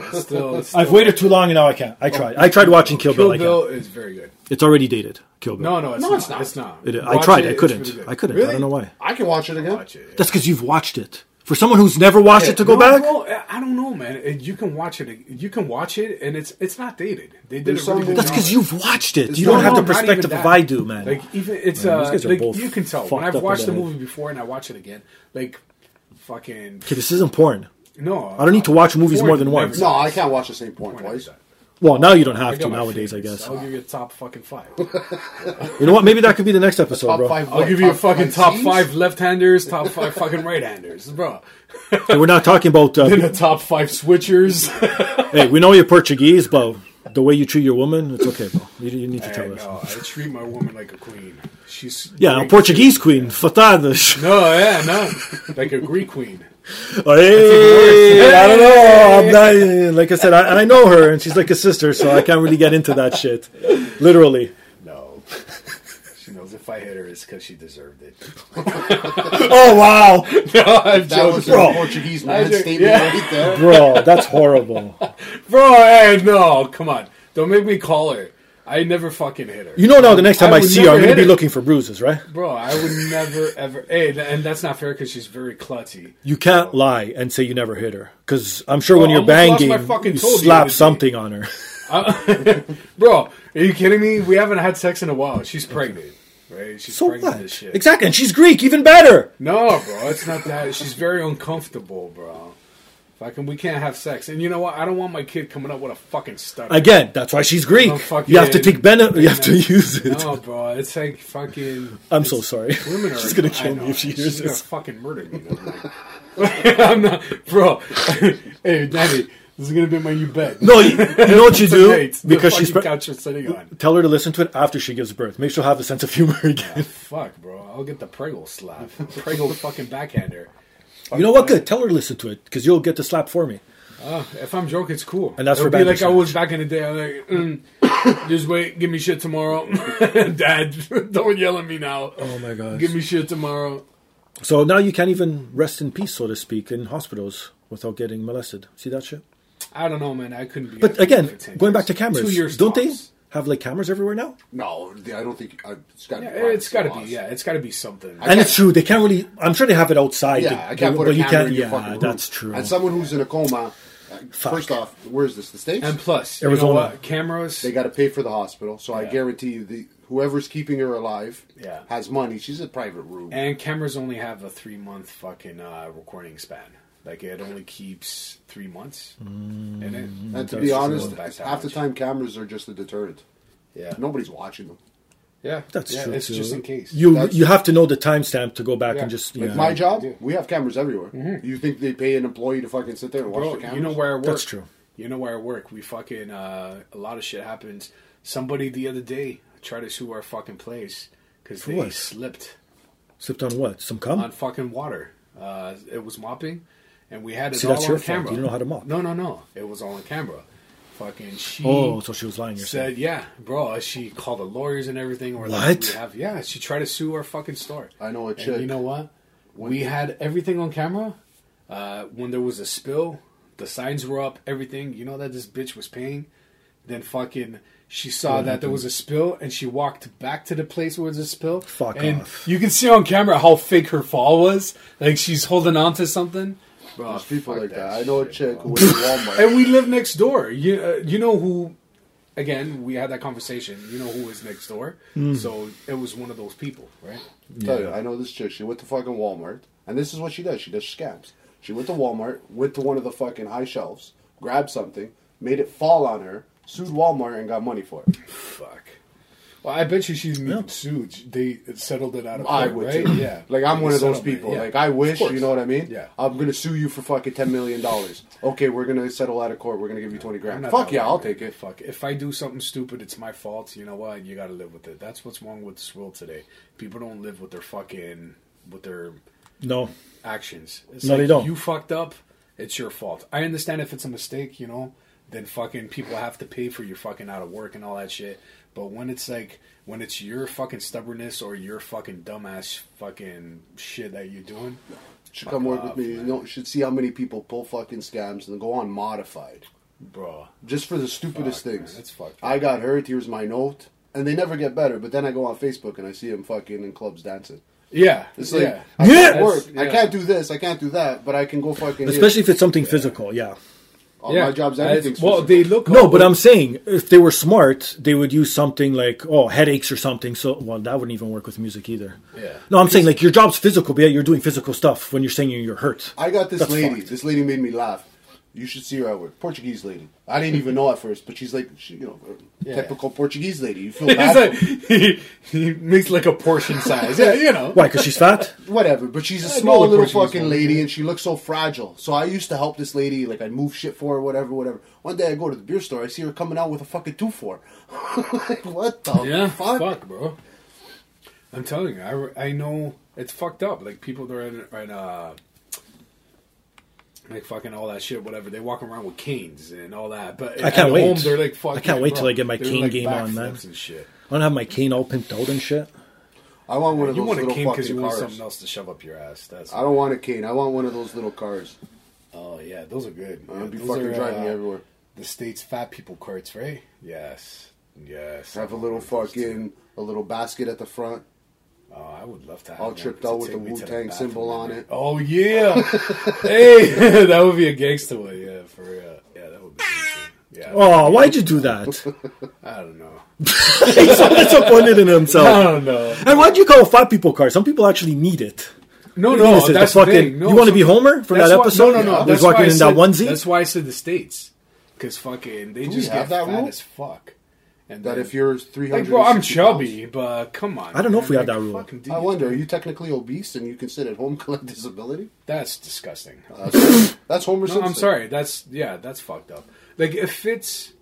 it's still, it's still, I've waited too long and now I can't. I tried. I tried watching Kill Bill. Oh. Kill I Bill can't. is very good. It's already dated. Kill Bill. No, no, it's No, not. it's not. It's not. It- I Watch tried. I it's couldn't. really good. I couldn't. I Really? don't know why. I can watch it again. Watch it. That's because you've watched it. For someone who's never watched it to go No, back, bro, I- I don't know, man. It- You can watch it. You can watch it, and it's it's not dated. They did There's a really some- good that's job. because you've watched it. It's You not- don't have no, the not even perspective that. of I do, man. Like even it's Man, these uh, guys are like both you can tell when fucked I've up watched the about it. movie before and I watch it again. Like fucking okay, this isn't porn. no, I don't need to watch movies Porn more than never once. done. No, I can't watch the same point Porn never twice. done. Well, now you don't have I to got my nowadays, I favorites. guess. I'll give you a top fucking (laughs) five. You know what? Maybe that could be the next episode, Top bro. five. I'll what, give you a fucking top scenes? five left-handers, top five fucking right-handers, (laughs) bro. Hey, we're not talking about. Then Uh, the top five (laughs) switchers. hey, we know you're Portuguese, but the way you treat your woman, it's okay, bro. You, you need to Hey, tell us. no, I treat my woman like a queen. She's Yeah, a great. Portuguese queen, fatadas. No, yeah, no, like a Greek queen. (laughs) Hey, I don't know. I'm not, like I said, I, I know her, and she's like a sister, so I can't really get into that shit. Literally. (laughs) No, she knows if I hit her, it's because she deserved it. Oh wow, (laughs) I'm That was joking. a Bro. Portuguese man joke. statement Yeah. right (laughs) there. bro, that's horrible. bro. Hey, no, come on, don't make me call her. I never fucking hit her, You know now. The next time I, would see her, I'm never gonna hit be it. looking for bruises, right? bro. I would never ever. Hey, th- and that's not fair because she's very klutzy. You can't lie and say you never hit her, because I'm sure when Bro, you're Oh, I almost banging, lost my fucking you toe the other slap day. something on her. Bro, are you kidding me? We haven't had sex in a while. She's pregnant, right? She's So pregnant what? as shit. Exactly, and she's Greek, even better. No, bro, it's not that. She's very uncomfortable, bro. Fucking, we can't have sex. And you know what? I don't want my kid coming up with a fucking stutter. Again, that's why she's Greek. I'm fucking- You have to take benefit. You have to use it. no, bro, it's like fucking. I'm so sorry. Women (laughs) are. She's gonna I kill know. me if she hears She's gonna (laughs) this. fucking murder me. though, like- (laughs) I'm not, bro. hey, Danny, this is gonna be my you bet. No, you, you know what you do Tonight, the because she's fucking pre- couch you're sitting (laughs) on. Tell her to listen to it after she gives birth. Make she'll have a sense of humor (laughs) again. Ah, Fuck, bro. I'll get the Preggle slap. Preggle fucking backhander. You know what? Good. Tell her to listen to it because you'll get the slap for me. If I'm drunk, it's cool. And that's It'll for be bad like I percentage. was back in the day. I'm like, mm, (coughs) just wait, give me shit tomorrow, (laughs) Dad. (laughs) Don't yell at me now. Oh my gosh. Give me shit tomorrow. So now you can't even rest in peace, so to speak, in hospitals without getting molested. See that shit? I don't know, man. I couldn't be. But for again, 10 going back years. to cameras, Two years don't they tops. have like cameras everywhere now? No, I don't think I, it's got. Yeah, it's got to be. Yeah, it's got to be something. and can't- it's true, they can't really. I'm sure they have it outside. Yeah, they- I can't they- put a camera in your yeah, fucking room. that's true. And someone who's in a coma. uh, First off, where's this? The states. and plus, you Arizona. know what? Cameras. they got to pay for the hospital, so I guarantee you, the whoever's keeping her alive Yeah. has money. She's in a private room. and cameras only have a three month fucking uh, recording span. Like it only keeps three months in it. Mm-hmm. And to That's be just honest, going back to half the how much- time cameras are just a deterrent. yeah, Nobody's watching them. yeah, that's yeah, true. It's too. just in case. You That's- you have to know the timestamp to go back Yeah. and just. Like yeah. my job, we have cameras everywhere. You think they pay an employee to fucking sit there and watch Bro, the cameras? you know where I work. That's true. You know where I work. We fucking uh, a lot of shit happens. Somebody the other day tried to sue our fucking place because they what? slipped Slipped on what? Some cum? on fucking water. Uh, it was mopping, and we had it See, all that's on your fault. camera. You don't know how to mop. No, no, no. It was all on camera. Fucking she. oh, so she was lying. You're saying. Said yeah, bro. She called the lawyers and everything. Or What? Like, we have, yeah, she tried to sue our fucking store. I know a And chick. you know what? We had everything on camera, Uh, when there was a spill, the signs were up, everything. You know that this bitch was paying. Then fucking, she saw that there was a spill, and she walked back to the place where the spill. Fuck and off. You can see on camera how fake her fall was. Like she's holding on to something. Bro, there's Fuck people like that that. I know a shit, chick bro. who went to (laughs) Walmart. And we live next door. You uh, you know who? Again, we had that conversation. You know who was next door. So it was one of those people, right? Tell you, I know this chick. She went to fucking Walmart, and this is what she does. She does scams. She went to Walmart, went to one of the fucking high shelves, grabbed something, made it fall on her, sued Walmart, and got money for it. Fuck. Well, I bet you she's yeah. sued. They settled it out of I court, would right? too. Yeah. Like I'm Like one a of those settlement, people. yeah. Like I wish, course. you know what I mean? Yeah. I'm gonna sue you for fucking ten million dollars. Okay, we're gonna settle out of court. We're gonna give you twenty I'm grand. not Fuck that yeah, way, I'll man. take it. Fuck. If I do something stupid, it's my fault. You know what? You got to live with it. That's what's wrong with this world today. People don't live with their fucking with their No. actions. It's No, they don't. You fucked up. It's your fault. I understand if it's a mistake, you know, then fucking people have to pay for your fucking out of work and all that shit. But when it's like when it's your fucking stubbornness or your fucking dumbass fucking shit that you're doing, Should Fuck come work off, with me. You man. know, should see how many people pull fucking scams and go on modified bro. just for the stupidest Fuck, man, things. that's fucked I up. got hurt. Here's my note, and they never get better. But then I go on Facebook and I see them fucking in clubs dancing. Yeah, It's like yeah. I can't Yeah. work. I Yeah. can't do this. I can't do that. But I can go fucking. here. Especially if it's something physical, yeah. Oh, yeah. my job's That's- everything's Well, physical. they look. No, (laughs) but I'm saying if they were smart, they would use something like oh headaches or something. So well, that wouldn't even work with music either. Yeah. No, I'm saying like your job's physical, but yet you're doing physical stuff when you're saying you're hurt. I got this That's lady. fucked. This lady made me laugh. You should see her at work. Portuguese lady. I didn't even know at first, but she's like, she, you know, Yeah. typical Portuguese lady. You (laughs) feel He's bad. like, (laughs) for her. he, he makes like a portion size. Yeah, you know. Why? Because she's (laughs) fat. Whatever, but she's a I know small a little Portuguese fucking woman, lady, yeah. and she looks so fragile. So I used to help this lady, like I'd move shit for her, whatever, whatever. One day I go to the beer store, I see her coming out with a fucking two four. (laughs) like, what the Yeah, fuck? fuck, bro. I'm telling you, I, re- I know it's fucked up. Like people that are in, are in uh, like fucking all that shit, whatever. They walk around with canes and all that. But I at can't wait. Home, they're like fucking. I can't wait bro, till I get my they're cane like game on, man. backflips and shit. I don't have my cane all pimped out and shit. I want one of You those want a little cane because you fucking want cars. something else to shove up your ass. That's I don't want a cane. I want one of those little cars. Oh yeah, those are good. I'm gonna be Those fucking are, driving uh, everywhere. The state's fat people carts, right? Yes, yes. Have a little fucking a little basket at the front. Oh, I would love to have All one, tripped because out it'd with the take me to Wu-Tang bathroom symbol on every- it. Oh (laughs) yeah, hey, (laughs) that would be a gangster one, yeah, for real. Yeah, that would be. Gangster. Yeah, Oh, why'd you do (laughs) that? I (laughs) don't know. He's so disappointed in I himself. don't know. And why'd you call fat people cars? Some people actually need it. No, What no, is it, the that's fucking- the thing. No, you want to be some- Homer from that's that why- episode? no, no, no. Who's That's walking why I in said, that onesie. That's why I said the states, because fucking they we just have get that fat rule? as fuck. And That then- if you're 300 like, bro, I'm chubby, but come on. I don't know if man, we have like, that rule. fucking I dudes, wonder, are man. you technically obese and you can sit at home (laughs) collect disability? That's disgusting. That's Homer No, Simpson. I'm sorry. That's yeah, that's fucked up. Like if it's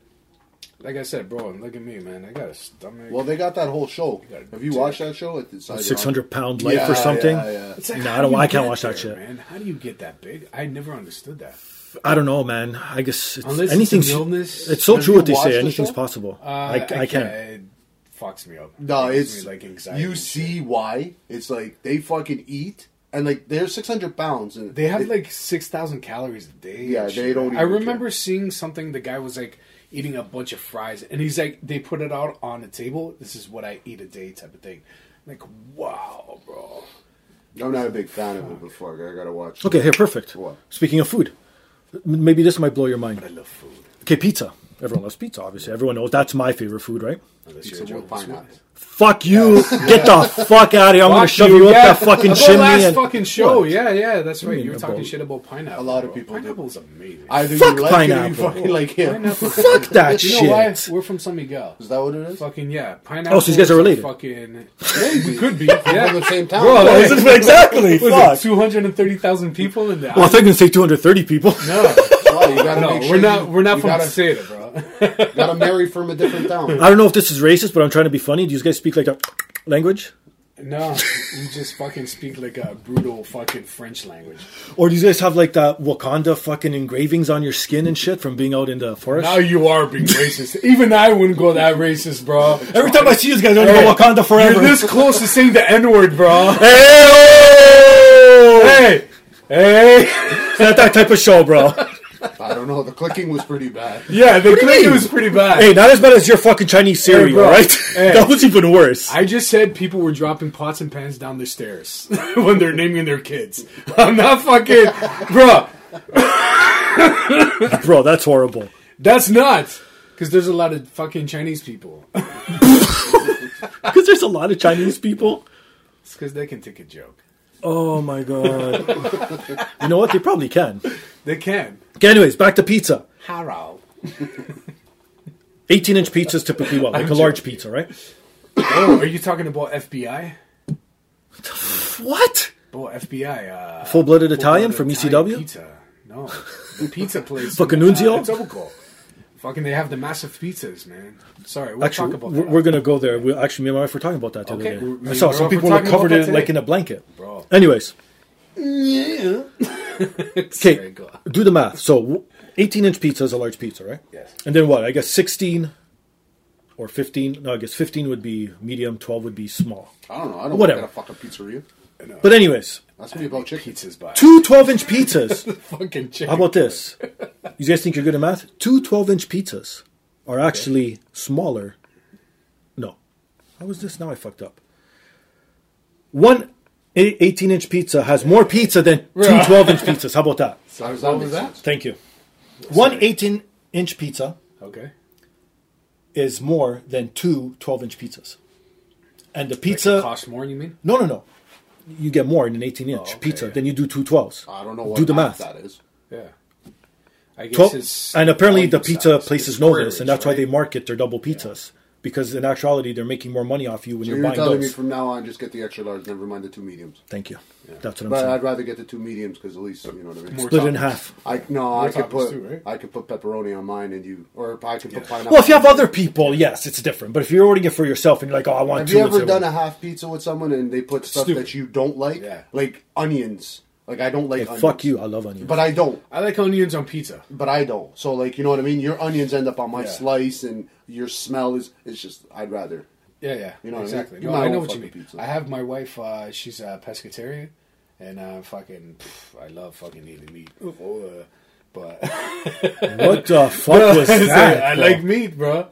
like I said, bro, and look at me, man. I got a stomach. Well, they got that whole show. gotta Have you check. watched that show? It's either on- Six hundred pound life Yeah, or something. yeah, yeah. It's like, No, how I don't. do you I can't get watch that shit. there, man. How do you get that big? I never understood that. I don't know, man. I guess it's, Unless it's anything's an illness. It's so Have true you what they watched say. the Anything's show? possible. Uh, I, I can't. It fucks me up. No, It gives it's me, like anxiety. you and shit. see why it's like they fucking eat and like they're 600 pounds and They have it- like six thousand calories a day. Yeah, and they shit. don't I even remember care. seeing something. The guy was like eating a bunch of fries, and he's like, they put it out on the table. This is what I eat a day, type of thing. like, wow, bro. I'm not a big fan of it, but fuck, I gotta watch. Okay, here, perfect. What? Speaking of food, m- maybe this might blow your I mind. love food. Okay, pizza. Everyone loves pizza, obviously. Everyone knows that's my favorite food, right? Unless Pizza you're with Joe Smith. pineapple. Fuck you! Get (laughs) the fuck out of here! I'm gonna Fuck shove you up yeah. that fucking About chimney. Last and- fucking show, What? yeah, yeah, that's right. mean You were about- talking shit about pineapple. A lot of bro. people do. Pineapple's amazing. Either Fuck you like it or you pineapple. fucking like him. Pineapple. (laughs) Fuck that you know shit. why? (laughs) We're from San Miguel. Is that what it is? Fucking yeah, pineapple. Oh, so you guys are is a related. Fucking Maybe. could be. We're Yeah, from the same town. Bro, Oh, is it- exactly. was it (laughs) Fuck. 230,000 people in the Well, I thought you were gonna say 230 people. (laughs) No, Why? you gotta no, make sure we're not. you- We're not you from gotta, Seda, bro. gotta marry from a different town. I don't know if this is racist, but I'm trying to be funny. Do you guys speak like a language, No, you just fucking speak like a brutal fucking French language. or do you guys have like that Wakanda fucking engravings on your skin and shit from being out in the forest? Now you are being racist. Even I wouldn't go that racist, bro. Every time I see you guys, I Hey, go Wakanda forever. You're this close to saying the N word, bro. Hey-oh! Hey, Hey, It's not that type of show, (laughs) bro. I don't know. The clicking was pretty bad. yeah, the click mean? was pretty bad. hey, not as bad as your fucking Chinese cereal, bro. right? (laughs) Hey. That was even worse. I just said people were dropping pots and pans down the stairs (laughs) when they're naming their kids. (laughs) I'm not fucking, bruh. bro, that's (laughs) horrible. That's nuts. Because there's a lot of fucking Chinese people. (laughs) Because there's a lot of Chinese people. It's because they can take a joke. Oh my god. you know what? They probably can. They can. Okay, anyways, back to pizza. Harrow. 18 inch pizza is typically what? Like a large pizza, right? Oh, are you talking about FBI? What? Oh, FBI. Uh, Full blooded Italian from E Italian ECW? Pizza. No, the pizza place. Fucking in, Nunzio? Uh, Etobicoke. Fucking, they have the massive pizzas, man. Sorry, we'll Actually, talk about we're, that. we're gonna go there. We actually, me and my wife were talking about that today. Okay, we're- I saw we're- some we're people were talking about covered that in, like today. in a blanket. Bro. Anyways, Sorry, (laughs) okay, go on. do the math. So, w- 18 inch pizza is a large pizza, right? Yes. And then what? I guess 16 or 15. No, I guess 15 would be medium. 12 would be small. I don't know. I don't Whatever. Whatever. work at a fucking pizzeria. But anyways, That's me about chicken. Pizzas by two 12 inch (laughs) pizzas. fucking chicken. How about this? You guys think you're good at math? Two 12 inch pizzas are actually smaller. No. How is this? Now I fucked up. One a- 18 inch pizza has more pizza than two 12 inch pizzas. How about that? How does that make sense? Thank you. One 18 inch pizza Okay. is more than two 12 inch pizzas. And the Like it pizza. costs more, you mean? no, no, no. You get more in an 18 inch Oh, okay, pizza yeah. Ah, than you do two 12s. I don't know what Do the math. that is. Yeah. I guess Twelve- it's and apparently the volume pizza size. places It's know square this, and inch, that's why right? they market their double pizzas because in actuality they're making more money off you when You're, you're buying telling me those. from now on just get the extra large, never mind the two mediums. Thank you. That's what I'm But saying. I'd rather get the two mediums because at least you know what I mean. More Split it in toppings. half. I no, I could tacos put too, right? I could put pepperoni on mine and you, or I could put pineapple. Well, if you have other people, yes, it's different. But if you're ordering it for yourself and you're like, oh, I want Have two, you it's ever like- done a half pizza with someone and they put stuff Stupid. that you don't like, Yeah. like onions? Like I don't like. Hey, onions. fuck you, I love onions. But I don't. I like onions on pizza. But I don't. So like you know what I mean. Your onions end up on my Yeah. slice, and your smell is. It's just I'd rather. Yeah, yeah, You know what I mean? exactly. You No, might I know own what you mean. fucking pizza. I have my wife; uh, she's a pescatarian, and uh, fucking, pff, I love fucking eating meat. Uh, Oh. But (laughs) what the (laughs) fuck was that? I bro? like meat, bro.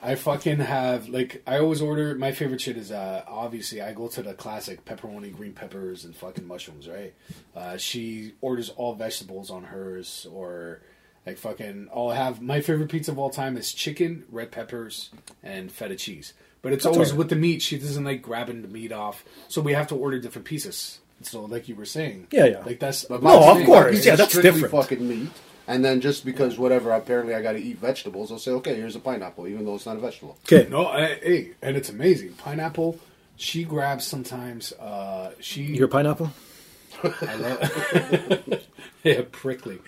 I fucking have like I always order. My favorite shit is uh, obviously I go to the classic pepperoni, green peppers, and fucking mushrooms. Right? Uh, she orders all vegetables on hers, or like fucking. I'll have my favorite pizza of all time is chicken, red peppers, and feta cheese. But it's always alright. with the meat. She doesn't like grabbing the meat off, so we have to order different pieces. So, like you were saying, Yeah, yeah. like that's But No, my of thing, course. my pizza's Yeah, that's strictly different. Fucking meat. And then just because whatever, apparently I got to eat vegetables. I'll say, okay, here's a pineapple, even though it's not a vegetable. Okay, No, I, eh, hey, and it's amazing. Pineapple, she grabs sometimes. Uh, she your pineapple. I love- (laughs) yeah, prickly.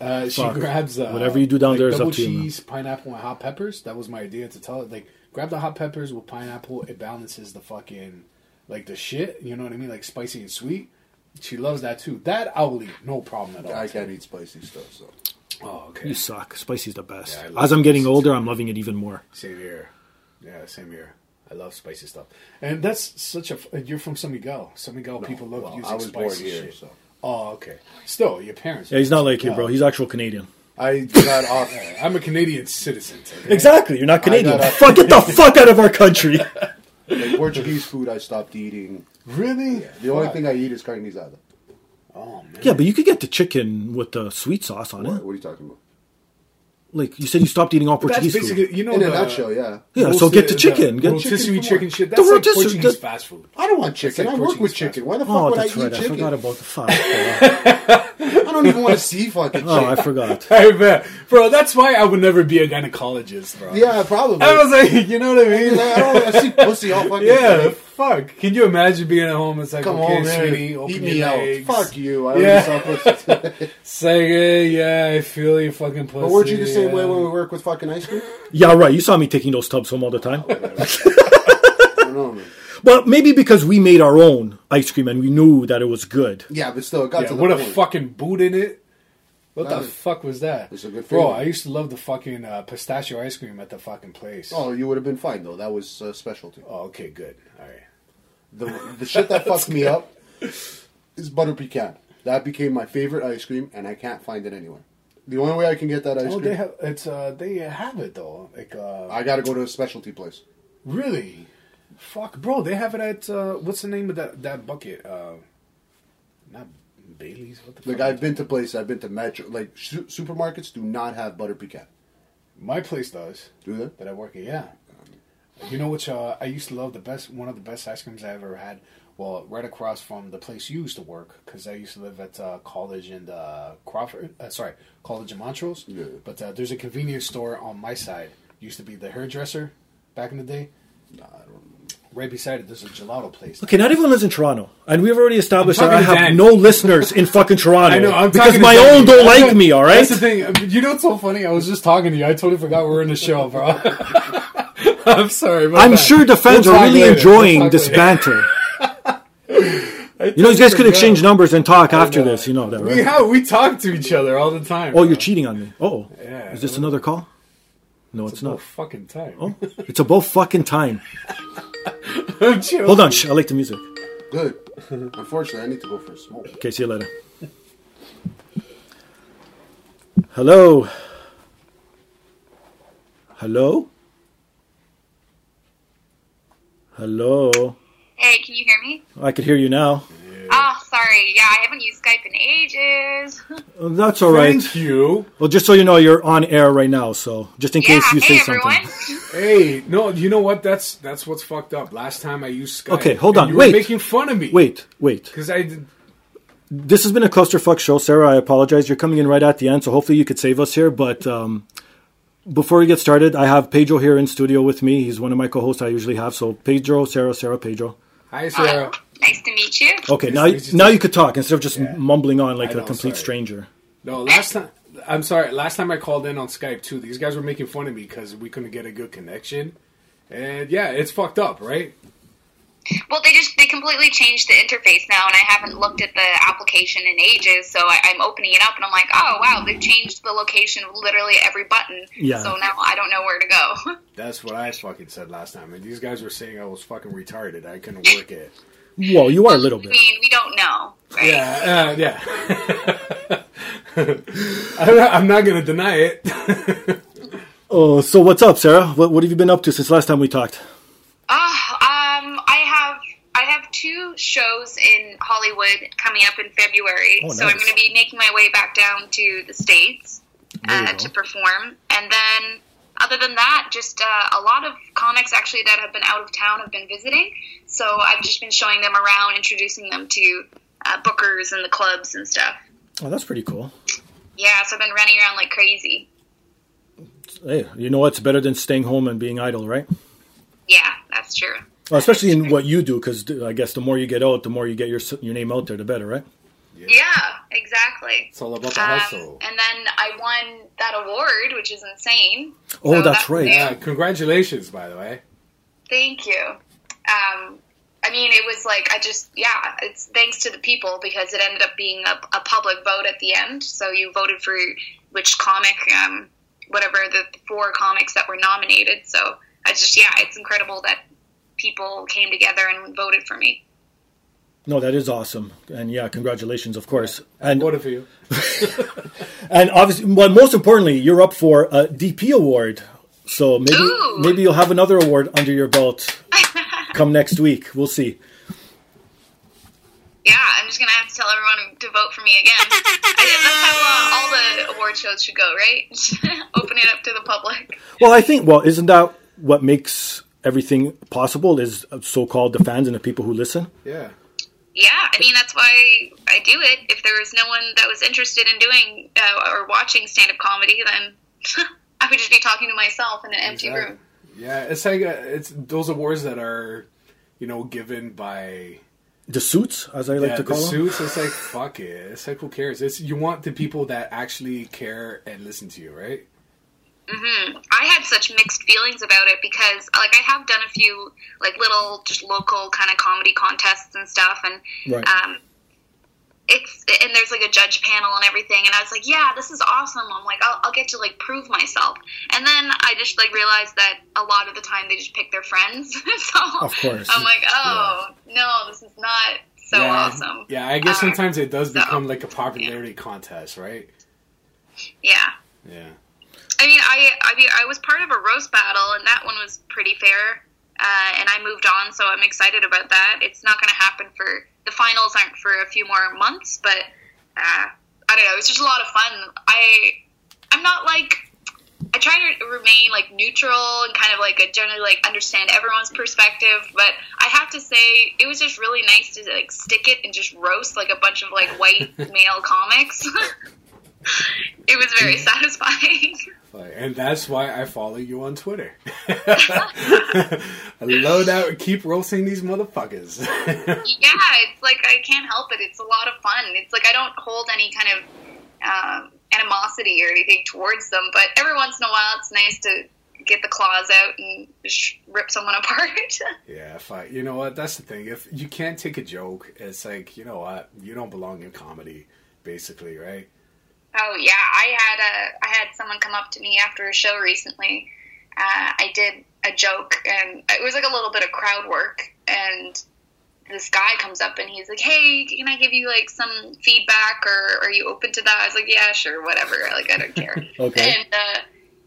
Uh, she Fuck. grabs uh, Whatever you do down like there is double up to you, man. cheese, pineapple, and hot peppers. That was my idea to tell it. Like, grab the hot peppers with pineapple. It balances the fucking like the shit. You know what I mean? Like spicy and sweet. She loves that too. That I will eat, no problem at all. I can't eat spicy stuff, so Oh, okay. You suck. Spicy's the best. Yeah, I love As I'm getting spicy older, I'm loving it even more. Same here. Yeah, same here. I love spicy stuff. And that's such a. You're from San Miguel. San Miguel people love well, using uh, I was spicy born here, shit. so. Oh, okay. Still, your parents. Yeah, he's not like you, bro. He's actual Canadian. I got (laughs) off. I'm a Canadian citizen. (laughs) okay? Exactly. You're not Canadian. got a- Fuck, get the fuck out of our country. like, Portuguese food, I stopped eating. Really? The only thing I eat is carnizada. Oh man. Yeah, but you could get the chicken with the sweet sauce on What, it. what are you talking about? Like you said, you stopped eating all That's Portuguese food. basically you know In Oh, the a nutshell, yeah. Yeah, so get the chicken. Get rotisserie chicken for more. chicken, shit. The That's like rotisserie- Portuguese the- fast food. (laughs) I don't want chicken. It's I like work with Portuguese chicken. Why the fuck Oh, would I that's eat right. I chicken? forgot I, about the fuck. (laughs) bro. don't even (laughs) want to see fucking chicken. oh, I forgot. Hey man, bro, that's why I would never be a gynecologist, bro. yeah, (laughs) probably. I was like, (laughs) you know what I mean? Like, I don't want to see pussy all fucking Yeah, day. fuck. Can you imagine being at home? It's like, Come okay, on, man. sweetie, open Eat your me legs. out. Fuck you. I Yeah. already saw pussy. (laughs) It's like, hey, yeah, I feel you, fucking pussy. But weren't you the same way yeah. when we work with fucking ice cream? Yeah, right. You saw me taking those tubs home all the (laughs) time. I don't know, man. But maybe because we made our own ice cream and we knew that it was good. Yeah, but still, it got Yeah, to the what a point. fucking boot in it. What That the was- fuck was that? It's a good Bro, feeling. I used to love the fucking uh, pistachio ice cream at the fucking place. Oh, you would have been fine though. That was uh, specialty. Oh, okay, good. All right. (laughs) The the shit that fucked me up is butter pecan. That became my favorite ice cream, and I can't find it anywhere. The only way I can get that ice Oh, cream, they have it's uh they have it though. Like uh I got to go to a specialty place. really, fuck, bro. They have it at uh what's the name of that that bucket? Uh, not Bailey's. What the fuck? Like I've been to places, I've been to Metro. Like su- supermarkets do not have butter pecan. My place does. Do they? That I work at, yeah. You know which uh, I used to love the best, one of the best ice creams I ever had. Well, right across from the place you used to work, because I used to live at uh, college and uh, Crawford. Uh, sorry, college in Montrose. Yeah. But uh, there's a convenience store on my side. Used to be the hairdresser back in the day. Right beside it, there's a gelato place. Okay, not everyone lives in Toronto, and we've already established I'm that I talking have to Dan. no listeners in fucking Toronto. (laughs) I know. I'm because talking my to Danny. own don't I'm like talking- me. All right. That's the thing. You know what's so funny? I was just talking to you. I totally forgot we were in the show, bro. (laughs) I'm sorry. my I'm bad. sure the fans We'll are talk really later. We'll enjoying talk this later. (laughs) banter. you know, you guys could exchange numbers and talk after this. You know that, We right? have we talk to each other all the time. Oh, bro. you're cheating on me. Oh, Yeah. is this another call? No, it's, It's no not. fucking time. Oh, it's about fucking time. (laughs) I'm chill. Hold on, shh, I like the music. (laughs) Good. Unfortunately, I need to go for a smoke. Okay, see you later. Hello. Hello. Hello. Hey, can you hear me? I could hear you now. Oh, sorry. Yeah, I haven't used Skype in ages. Oh, That's all right. Thank you. Well, just so you know, you're on air right now. So just in Yeah. case you say Hey, something. everyone. Hey, no, you know what? That's that's what's fucked up. Last time I used Skype. Okay, hold and on, You wait. were making fun of me. Wait, wait. because I did. This has been a clusterfuck show, Sarah. I apologize. You're coming in right at the end, so hopefully you could save us here. But um, before we get started, I have Pedro here in studio with me. He's one of my co-hosts. I usually have. So Pedro, Sarah, Sarah, Pedro. Hi, Sarah. Nice to meet you. Okay, Yes, now please just- now you could talk instead of just mumbling on like I a know, complete sorry. stranger. No, last time. I'm sorry. Last time I called in on Skype too. These guys were making fun of me because we couldn't get a good connection. And yeah, it's fucked up, right? Well, they just they completely changed the interface now, and I haven't looked at the application in ages. So I, I'm opening it up, and I'm like, oh wow, they've changed the location of literally every button. Yeah. So now I don't know where to go. That's what I fucking said last time. And these guys were saying I was fucking retarded. I couldn't work it. Whoa, you are a little (laughs) I bit. mean, we don't know, right? Yeah, uh, yeah. (laughs) I'm not- I'm not gonna deny it. Oh, so what's up, Sarah? What, what have you been up to since last time we talked? Ah, um, I have I have two shows in Hollywood coming up in February, Oh, so I'm nice. going to be making my way back down to the states There you uh, go. to perform, and then other than that, just uh, a lot of comics actually that have been out of town have been visiting, so I've just been showing them around, introducing them to uh, bookers and the clubs and stuff. Oh, that's pretty cool. Yeah, so I've been running around like crazy. Hey, you know what's better than staying home and being idle, right? Yeah, that's true. Well, especially in what you do, because I guess the more you get out, the more you get your s- your name out there, the better, right? Yeah, exactly. It's all about the Um, hustle. and then I won that award, which is insane. Oh, So that's right. new. Uh, congratulations, by the way. Thank you. Um, I mean, it was like I just yeah, it's thanks to the people because it ended up being a, a public vote at the end. So you voted for which comic, um, whatever the four comics that were nominated. So I just yeah, it's incredible that people came together and voted for me. No, that is awesome, and yeah, congratulations, of course. And What of you? and obviously, well, most importantly, you're up for a DP award, so maybe Ooh. maybe you'll have another award under your belt come next week. We'll see. Yeah, I'm just gonna have to tell everyone to vote for me again. I, that's how uh, all the award shows should go, right? (laughs) Open it up to the public. Well, I think well, isn't that what makes everything possible? Is uh, so-called the fans and the people who listen. Yeah. Yeah, I mean that's why I do it. If there was no one that was interested in doing uh, or watching stand-up comedy, then (laughs) I would just be talking to myself in an empty Exactly. room. Yeah, it's like uh it's those awards that are, you know, given by The suits, as I like yeah, to the call them. suits. It's like fuck it. It's like who cares? It's you want the people that actually care and listen to you, right? I had such mixed feelings about it because like I have done a few like little just local kind of comedy contests and stuff and Right. um it's and there's like a judge panel and everything and I was like yeah this is awesome I'm like I'll, I'll get to like prove myself and then I just like realized that a lot of the time they just pick their friends (laughs) so Of course. I'm like oh no this is not so yeah. awesome. Yeah, I guess Uh, sometimes it does so, become like a popularity contest, right? Yeah. Yeah. I mean, I I mean, I was part of a roast battle, and that one was pretty fair. Uh, and I moved on, so I'm excited about that. It's not going to happen for the finals aren't for a few more months, but uh, I don't know. It's just a lot of fun. I I'm not like I try to remain like neutral and kind of like a generally like understand everyone's perspective, but I have to say it was just really nice to like stick it and just roast like a bunch of like white male comics. (laughs) it was very satisfying. Like, and that's why I follow you on Twitter. (laughs) I love that. Keep roasting these motherfuckers. (laughs) yeah, it's like I can't help it. It's a lot of fun. It's like I don't hold any kind of um, animosity or anything towards them, but every once in a while, it's nice to get the claws out and sh- rip someone (laughs) apart. yeah, if I, you know what? That's the thing. If you can't take a joke, it's like you know what? You don't belong in comedy, basically, right? oh yeah, I had a I had someone come up to me after a show recently. Uh, I did a joke, and it was like a little bit of crowd work, and this guy comes up and he's like, "Hey, can I give you like some feedback, or are you open to that?" I was like, "Yeah, sure, whatever. Like, I don't care." Okay. And uh,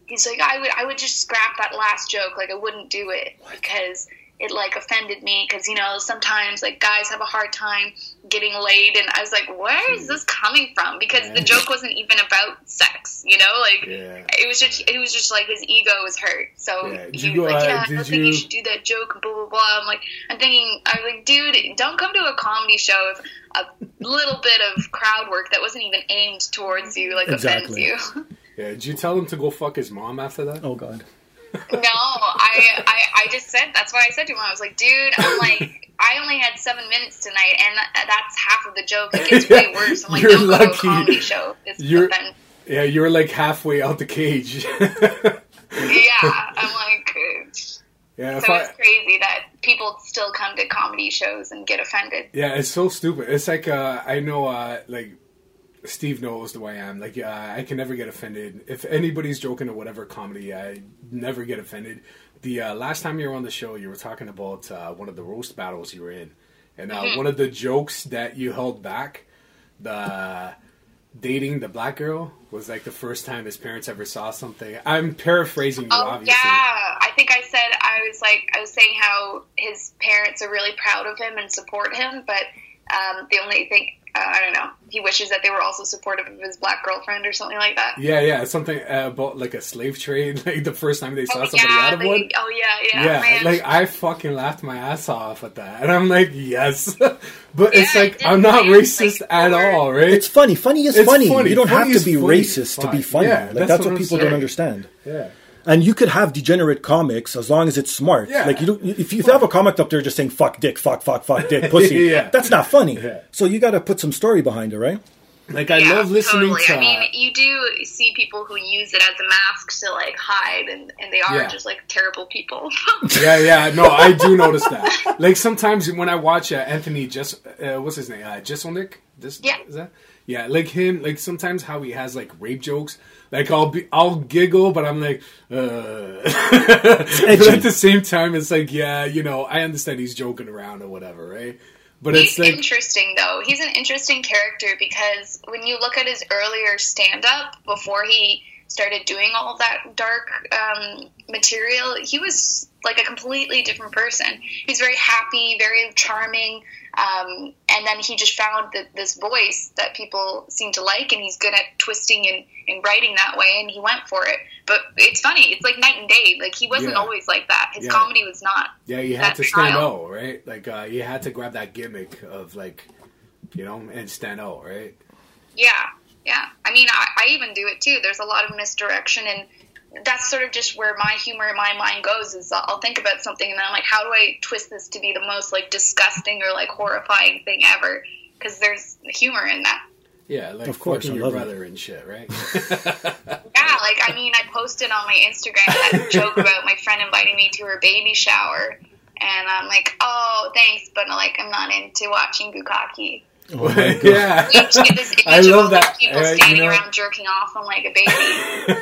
he's like, "I would, I would just scrap that last joke. Like, I wouldn't do it because it like offended me. Because you know, sometimes like guys have a hard time getting laid." And I was like, "Where Hmm. is this coming from?" Because the joke wasn't even about sex. You know, like Yeah. it was just, it was just like his ego was hurt. So Yeah. Did he you was go like, out- "Yeah, I did don't think you you- should do that joke." and Blah blah blah. I'm like, I'm thinking, I was like, dude, don't come to a comedy show if a little bit of crowd work that wasn't even aimed towards you like Exactly. offends you. Yeah. Did you tell him to go fuck his mom after that? Oh God. No, I, I, I just said that's what I said to him. I was like, dude, (laughs) I'm like, I only had seven minutes tonight, and tha- that's half of the joke. It gets way worse. I'm like, You're don't go lucky. to a comedy show. It's You're- offensive. Yeah, you were like halfway out the cage. (laughs) Yeah, I'm like, (laughs) uh, so yeah, if I, it's crazy that people still come to comedy shows and get offended. Yeah, it's so stupid. It's like uh, I know, uh, like Steve knows the way I am. Like uh, I can never get offended if anybody's joking or whatever comedy. I never get offended. The uh, last time you were on the show, you were talking about uh, one of the roast battles you were in, and uh, Mm-hmm. one of the jokes that you held back, the dating the black girl was like the first time his parents ever saw something. I'm paraphrasing you, Oh obviously. yeah, I think I said I was like I was saying how his parents are really proud of him and support him, but um, the only thing uh, I don't know, he wishes that they were also supportive of his black girlfriend or something like that. Yeah, yeah, something uh, about like a slave trade. (laughs) Like the first time they saw oh, somebody yeah, out of they- one. oh yeah, yeah, yeah, man. like I fucking laughed my ass off at that, and I'm like, yes, (laughs) but it's Yeah, like it I'm didn't not make, racist like, at words. all, right? It's funny. Funny is It's funny. funny. You don't Funny have is to be funny. racist to be Fuck. funny. Yeah, like that's that's, what what, I'm people saying. don't understand. yeah, And you could have degenerate comics as long as it's smart. Yeah. Like you don't, if you, if you have a comic up there just saying "fuck dick, fuck fuck fuck (laughs) dick, pussy," Yeah. that's not funny. Yeah. So you got to put some story behind it, right? like I Yeah, love listening totally. to. uh, I mean, you do see people who use it as a mask to like hide, and, and they are Yeah. just like terrible people. (laughs) yeah, yeah, no, I do notice that. Like sometimes when I watch uh, Anthony, just uh, what's his name, uh, Jeselnik. This Yeah. is that? Yeah, like him. Like sometimes how he has like rape jokes. Like I'll be, I'll giggle, but I'm like, uh. but at the same time, it's like, yeah, you know, I understand he's joking around or whatever, right? But He's it's like, interesting though. He's an interesting character because when you look at his earlier stand up before he started doing all of that dark um, material, he was like a completely different person. He's very happy, very charming, um, and then he just found that this voice that people seem to like, and he's good at twisting and, and writing that way, and he went for it. But it's funny; it's like night and day. Like he wasn't Yeah. always like that. His Yeah. comedy was not. Yeah, you had that to stand style. out, right? Like uh, you had to grab that gimmick of like, you know, and stand out, right? Yeah, yeah. I mean, I, I even do it too. There's a lot of misdirection, and that's sort of just where my humor and my mind goes. Is I'll think about something, and then I'm like, how do I twist this to be the most like disgusting or like horrifying thing ever? Because there's humor in that. Yeah, like Of course, fucking I your love it. brother and (laughs) shit, right? Yeah, like I mean, I posted on my Instagram that joke about my friend inviting me to her baby shower, and I'm like, oh, thanks, but like I'm not into watching Bukaki. yeah, (laughs) You just get this image I of love all these that. people Uh, you standing know- around jerking off on like a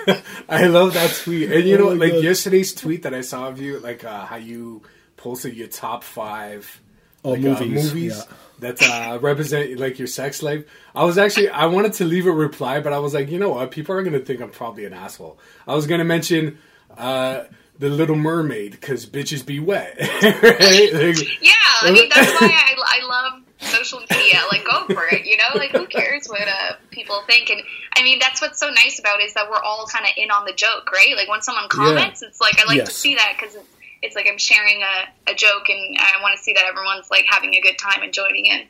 baby. (laughs) I love that tweet. And you Oh know, my like God. yesterday's tweet that I saw of you, like uh, how you posted your top five Oh, like, movies. uh, movies Yeah. that uh, represent like your sex life. I was actually I wanted to leave a reply, but I was like, you know what? People are gonna think I'm probably an asshole. I was gonna mention uh, the Little Mermaid because bitches be wet. (laughs) right? Like, Yeah, I mean that's why I, I love social media. Like, go for it. You know, like who cares what uh, people think? And I mean, that's what's so nice about it is that we're all kind of in on the joke, right? Like when someone comments, it's like I like to Yes. see that because it's, it's like I'm sharing a, a joke, and I want to see that everyone's like having a good time and joining in.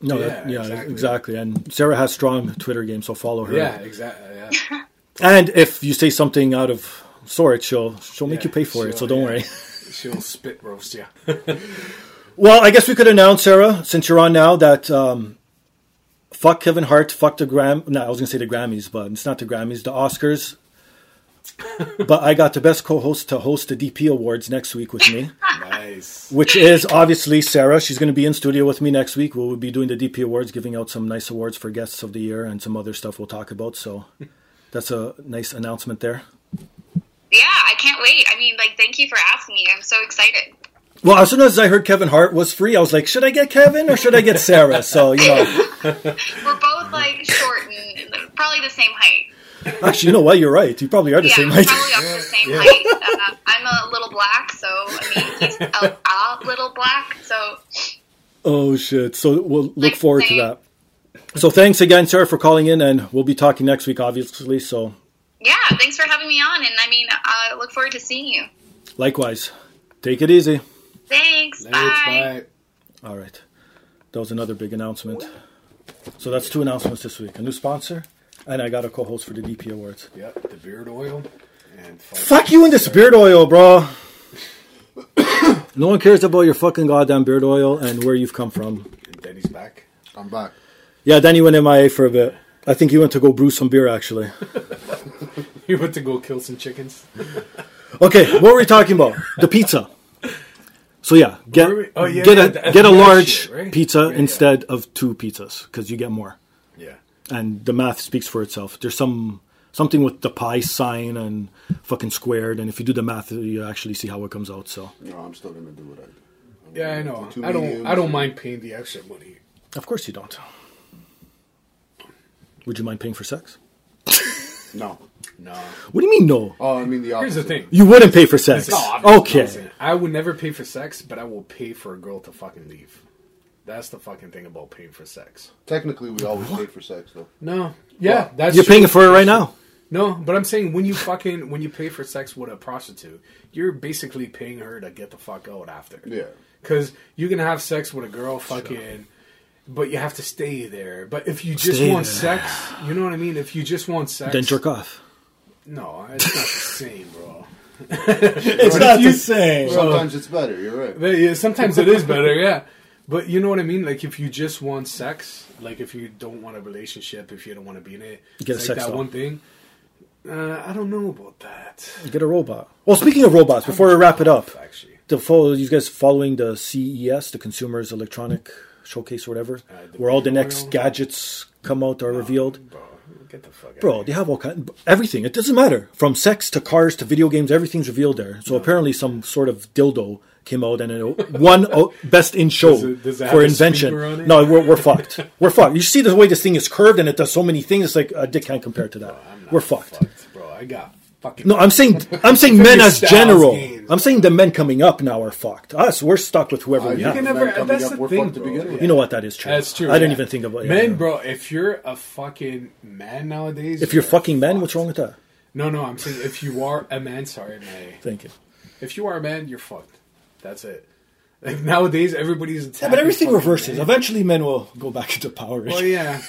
No, Yeah, that, yeah, exactly. exactly. And Sarah has strong Twitter game, so follow her. yeah, exactly. Yeah. And if you say something out of sorts, she'll she'll make you Yeah, pay for it. she'll- So don't yeah. worry. She'll spit (laughs) roast you. Well, I guess we could announce, Sarah, since you're on now, that um, fuck Kevin Hart, fuck the Gram. No, I was gonna say the Grammys, but it's not the Grammys, the Oscars. but I got the best co-host to host the DP Awards next week with me, nice. which is obviously Sarah. She's going to be in studio with me next week. We'll be doing the DP Awards, giving out some nice awards for guests of the year and some other stuff we'll talk about. So that's a nice announcement there. Yeah, I can't wait. I mean, like, thank you for asking me. I'm so excited. Well, as soon as I heard Kevin Hart was free, I was like, should I get Kevin or should I get Sarah? So you know. We're both like short and probably the same height. Actually, you know what? You're right. You probably are the Yeah, same we're height. probably up to the same height. Uh, I'm a little black, so I mean, he's a, a little black. So (laughs) Oh shit! So we'll look Like, forward to same. that. So thanks again, Sarah, for calling in, and we'll be talking next week, obviously. So yeah, thanks for having me on, and I mean, uh, I look forward to seeing you. likewise, take it easy. Thanks. Nice. bye. Bye. All right, that was another big announcement. So that's two announcements this week: a new sponsor, and I got a co-host for the DP Awards. Yep. The beard oil and Fuck you and this beard oil, bro. (coughs) no one cares about your fucking goddamn beard oil and where you've come from. And Denny's back. I'm back. Yeah, Danny went MIA for a bit. I think he went to go brew some beer, actually. He went to go kill some chickens. Okay, what were we talking about? The pizza. So yeah, get Were we- oh, yeah, get yeah, a that- get a that large shit, right? pizza Yeah, yeah. instead of two pizzas because you get more, Yeah. and the math speaks for itself. There's some something with the pi sign and fucking squared, and if you do the math, you actually see how it comes out. So No, I'm still gonna do what I do. I'm Yeah, I gonna know. do two I don't. mediums. I don't mind paying the extra money. of course you don't. Would you mind paying for sex? No. No. What do you mean no? Oh, I mean the opposite. Here's the thing. You wouldn't pay for sex. No, obviously, okay. obviously. I would never pay for sex, but I will pay for a girl to fucking leave. That's the fucking thing about paying for sex. Technically, we always paid for sex though. No. Yeah, that's You're true. paying for it right now. No, but I'm saying when you fucking when you pay for sex with a prostitute, you're basically paying her to get the fuck out after. Yeah. Because you can have sex with a girl fucking, but you have to stay there. But if you just Stay want there. sex, you know what I mean? If you just want sex. Then jerk off. No, it's not the same, bro. It's not the same. Sometimes it's better. You're right. But yeah, sometimes it is better, yeah. But you know what I mean? Like if you just want sex, like if you don't want a relationship, if you don't want to be in it, Get it's a like sex that doll. one thing. Uh, I don't know about that. Get a robot. Well, speaking of robots, before we wrap it up, Actually, the follow you guys following the CES, the Consumers Electronic Showcase or whatever, Uh, the Uh, where all the video next oil? gadgets come out are revealed. bro, get the fuck out. Bro, of they here. have all kind, everything. It doesn't matter from sex to cars to video games. Everything's revealed there. So apparently, some sort of dildo came out and it (laughs) one o- best in show Does it- does it for have a invention. speaker on it? No, we're, we're fucked. We're fucked. You see the way this thing is curved and it does so many things. It's like a dick can't compare to that. I'm not we're fucked. bro. I got fucking. No, I'm saying I'm saying (laughs) men your as styles general. games. I'm saying the men coming up now are fucked. Us, we're stuck with whoever we you Uh, have. can Men never- coming that's up, the we're thing, fucked to bro. begin with. You know what? That is true. That's true. I didn't yeah. even think about it. Men, bro. If you're a fucking man nowadays, If you're fucking men, what's wrong with that? No, no. I'm saying if you are a man, sorry, my. Thank you. If you are a man, you're fucked. That's it. Like nowadays, everybody's Yeah, but everything reverses. Man. Eventually, men will go back into power. Well, yeah.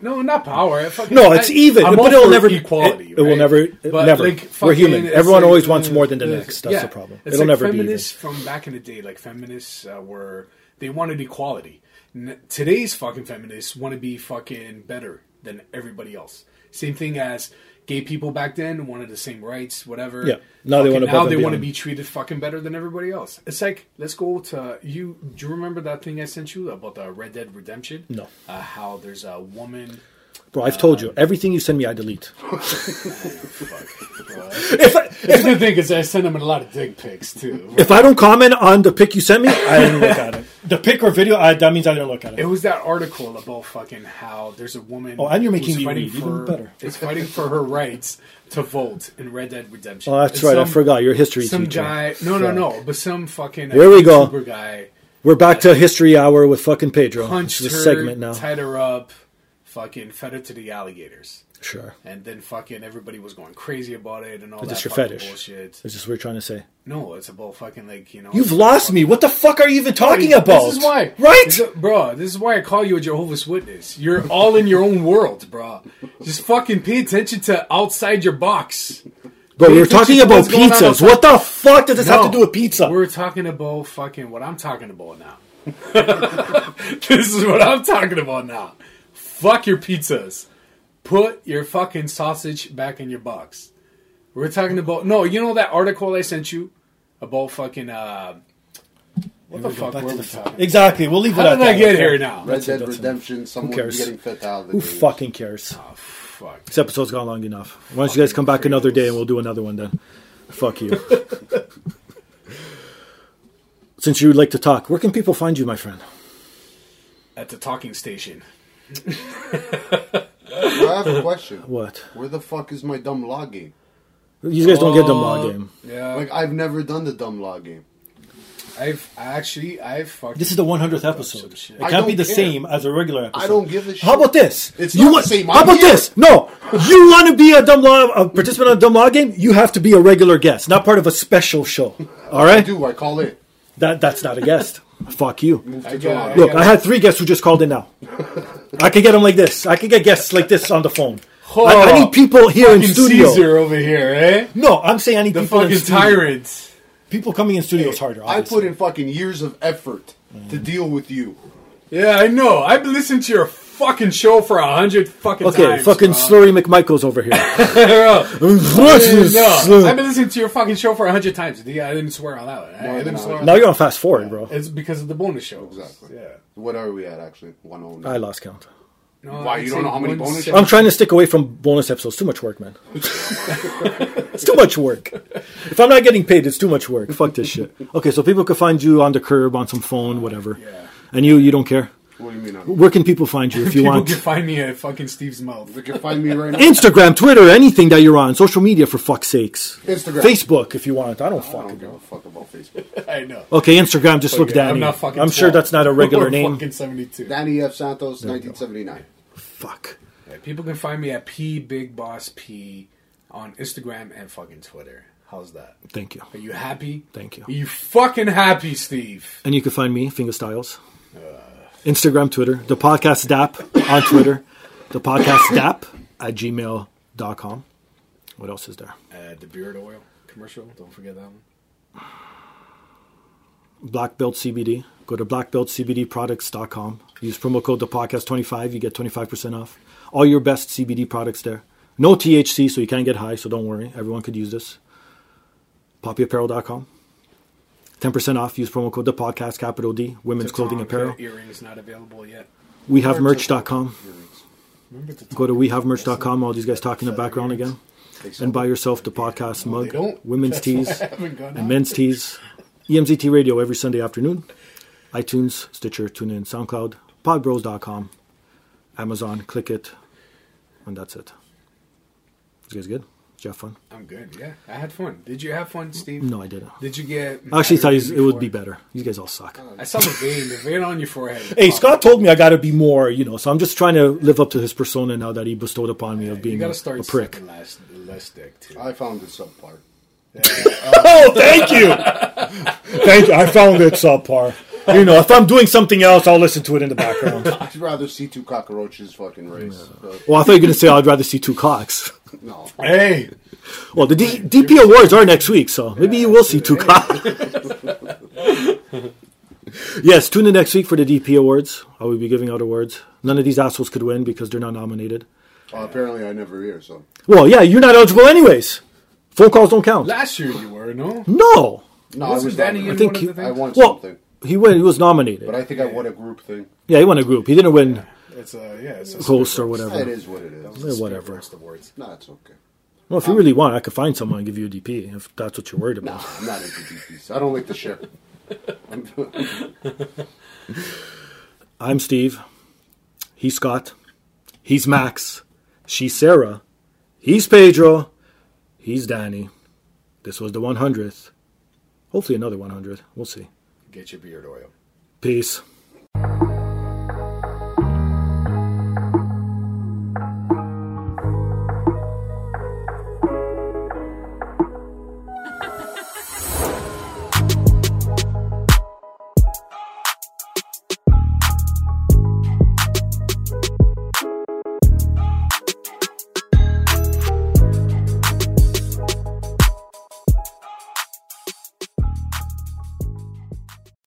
No, not power. I fucking- No, it's I- even, I'm but all it'll for never- equality. it- it will right? never- it- never. We're human. it's Everyone always wants more than the next. That's the problem. It's It'll like never be even. feminists from back in the day, like feminists uh, were they wanted equality. N- today's fucking feminists want to be fucking better than everybody else. Same thing as gay people back then wanted the same rights, whatever. Yeah. Now they Fucking want above now and they want to beyond. be treated fucking better than everybody else. It's like let's go to you. Do you remember that thing I sent you about the Red Dead Redemption? No. Uh, how there's a woman. Bro, I've told you. Everything you send me, I delete. Fuck. (laughs) If I, That's the thing is I send him a lot of dick pics too. if I don't comment on the pic you sent me, I don't look at it. (laughs) The pic or video, I, that means I didn't look at It it. was that article about fucking how there's a woman. Oh, and you're making who's me fighting read even for- better. Is fighting for her rights to vote in Red Dead Redemption. Oh, that's And right. I some- forgot. Your history Some teacher. guy. No, no, Fuck. no. But some fucking. uh, Here we go. YouTuber guy We're back to history hour with fucking Pedro. punched this her, is a segment now. tied her up, fucking fed her to the alligators, sure. and then fucking everybody was going crazy about it and all Is that this your fucking fetish? bullshit. Is this what you're trying to say? No, it's about fucking like you know. You've lost me. What the fuck are you even talking This- about? This is why, Right? This is- bro? This is why I call you a Jehovah's Witness. You're all in your own world, bro. Just fucking pay attention to outside your box. But we Pay were attention talking to about what's going on pizzas. outside. What the fuck does this have to No. do with pizza? We're talking about fucking what I'm talking about now. (laughs) this is what I'm talking about now. Fuck your pizzas. Put your fucking sausage back in your box. We're talking about no. You know that article I sent you about fucking uh, what the Go fuck back were to we the- talking? about? exactly. We'll leave it How at did I that. get here now? Red Dead that's enough. Redemption, someone cares? getting fifth out of the Who games. fucking cares? Fuck. This episode's gone long enough. Why don't you guys come back another day and we'll do another one then? Fuck (laughs) you. Since you would like to talk, where can people find you, my friend? At the talking station. I (laughs) have a question. What? Where the fuck is my dumb log game? You guys don't get the mod Uh, game. Yeah. Like I've never done the dumb log game. I've actually I've fucking This is the 100th episode. It I can't be don't the care. same as a regular episode. I don't give a shit. How about this? It's you not want, the same. How I'm about here. this? No, you want to be a dumb law, a participant on a dumb law game. You have to be a regular guest, not part of a special (laughs) show. All I right, do. I call it. that that's not a (laughs) guest. Fuck you. I got, Look, I I got, had three guests who just called in (laughs) now. I could get them like this. I could get guests like this on the phone. I, I Oh, need people here in fucking studio. Caesar over here, eh? No, I'm saying I need The people in fucking studio. tyrant. People coming in studio is harder. I put obviously. Mm. in fucking years of effort to deal with you. Yeah, I know. I've listened to your fucking show for a hundred fucking Okay, times. fucking bro. slurry McMichael's over (laughs) here. (laughs) no, I've been listening to your fucking show for a hundred times. Yeah, I didn't swear out loud. I than didn't I swear did. out now loud. you're on fast forward, bro. It's because of the bonus show. Exactly. Yeah. What are we at actually? One oh I nine. lost count. No, Why, I'd you don't know say how many one bonus se- I'm trying to stick away from bonus episodes. Too much (laughs) work, man. it's too much work. If I'm not getting paid, it's too much work. Fuck this shit. Okay, so people could find you on the curb, on some phone, whatever. Yeah. And you, you don't care. What do you mean? I'm- Where can people find you if you People want? can find me at fucking Steve's mouth. (laughs) You can find (laughs) me right now. Instagram, Twitter, anything that you're on, social media for fuck's sakes. Instagram. Facebook, if you want. I don't I fucking don't give know. a fuck about Facebook. I know. Okay, Instagram, just look Okay, Danny. I'm not fucking. I'm sure 12. that's not a (laughs) (laughs) regular Or name. Fucking 72. Danny F. Santos, 1979. Fuck. Yeah, people can find me at P Big Boss P on Instagram and fucking Twitter. How's that? Thank you. Are you happy? Thank you. Are you fucking happy, Steve? And you can find me, Finger Styles. Instagram, Twitter, the podcast DAP on Twitter, the podcast DAP at gmail.com. What else is there? Uh, the beard oil commercial. Don't forget that one. Black Belt CBD. Go to blackbeltcbdproducts.com. Use promo code the podcast 25. You get 25% off. All your best CBD products there. No THC, so you can't get high, so don't worry. Everyone could use this. Poppyapparel.com. 10% off. Use promo code the podcast, capital D, women's clothing Tatanka apparel. Earrings not available yet. We have merch.com. Remember to Go to wehavemerch.com. All these guys talking in the background again. And buy yourself the podcast they mug, don't. women's tees, haven't gone and men's tees. E EMZT Radio every Sunday afternoon. iTunes, Stitcher, TuneIn, SoundCloud, podbros.com, Amazon, click it. And that's it. You guys good? Did you have fun? I'm good. Yeah, I had fun. Did you have fun, Steve? No, I didn't. Did you get? I actually thought you it would be better. You guys all suck. I saw the vein. The vein on your forehead. (laughs) Hey, Scott told me I got to be more, you know, so I'm just trying to live up to his persona now that he bestowed upon me of You being gotta a, start a prick. sucking Less, less dick too. I found it subpar. (laughs) Oh, thank you. thank you. I found it subpar. You know, if I'm doing something else, I'll listen to it in the background. I'd rather see two cockroaches fucking race. but Well, I thought you were going to say I'd rather see two cocks. no. Hey, Well, the D- DP awards are next week, so maybe you will see two cocks. yes, tune in next week for the DP awards. I will be giving out awards. None of these assholes could win because they're not nominated. Well, Uh, apparently I never hear, so. Well, yeah, you're not eligible anyways. Phone calls don't count. last year you were no. No. No, I Wasn't was Danny nominated. in think one you- of the I things? won Well, something. he won. He was nominated. But I think I won a group thing. yeah, he won a group. He didn't win It's a yeah. It's a host or It whatever. is what it is. Yeah, Whatever. First awards. No, it's okay. Well, if you really want, I could find someone and give you a DP if that's what you're worried about. I'm not into DPs. I don't like to share. I'm Steve. He's Scott. He's Max. She's Sarah. He's Pedro. He's Danny. This was the 100th. Hopefully, another 100. We'll see. Get your beard oil. Peace.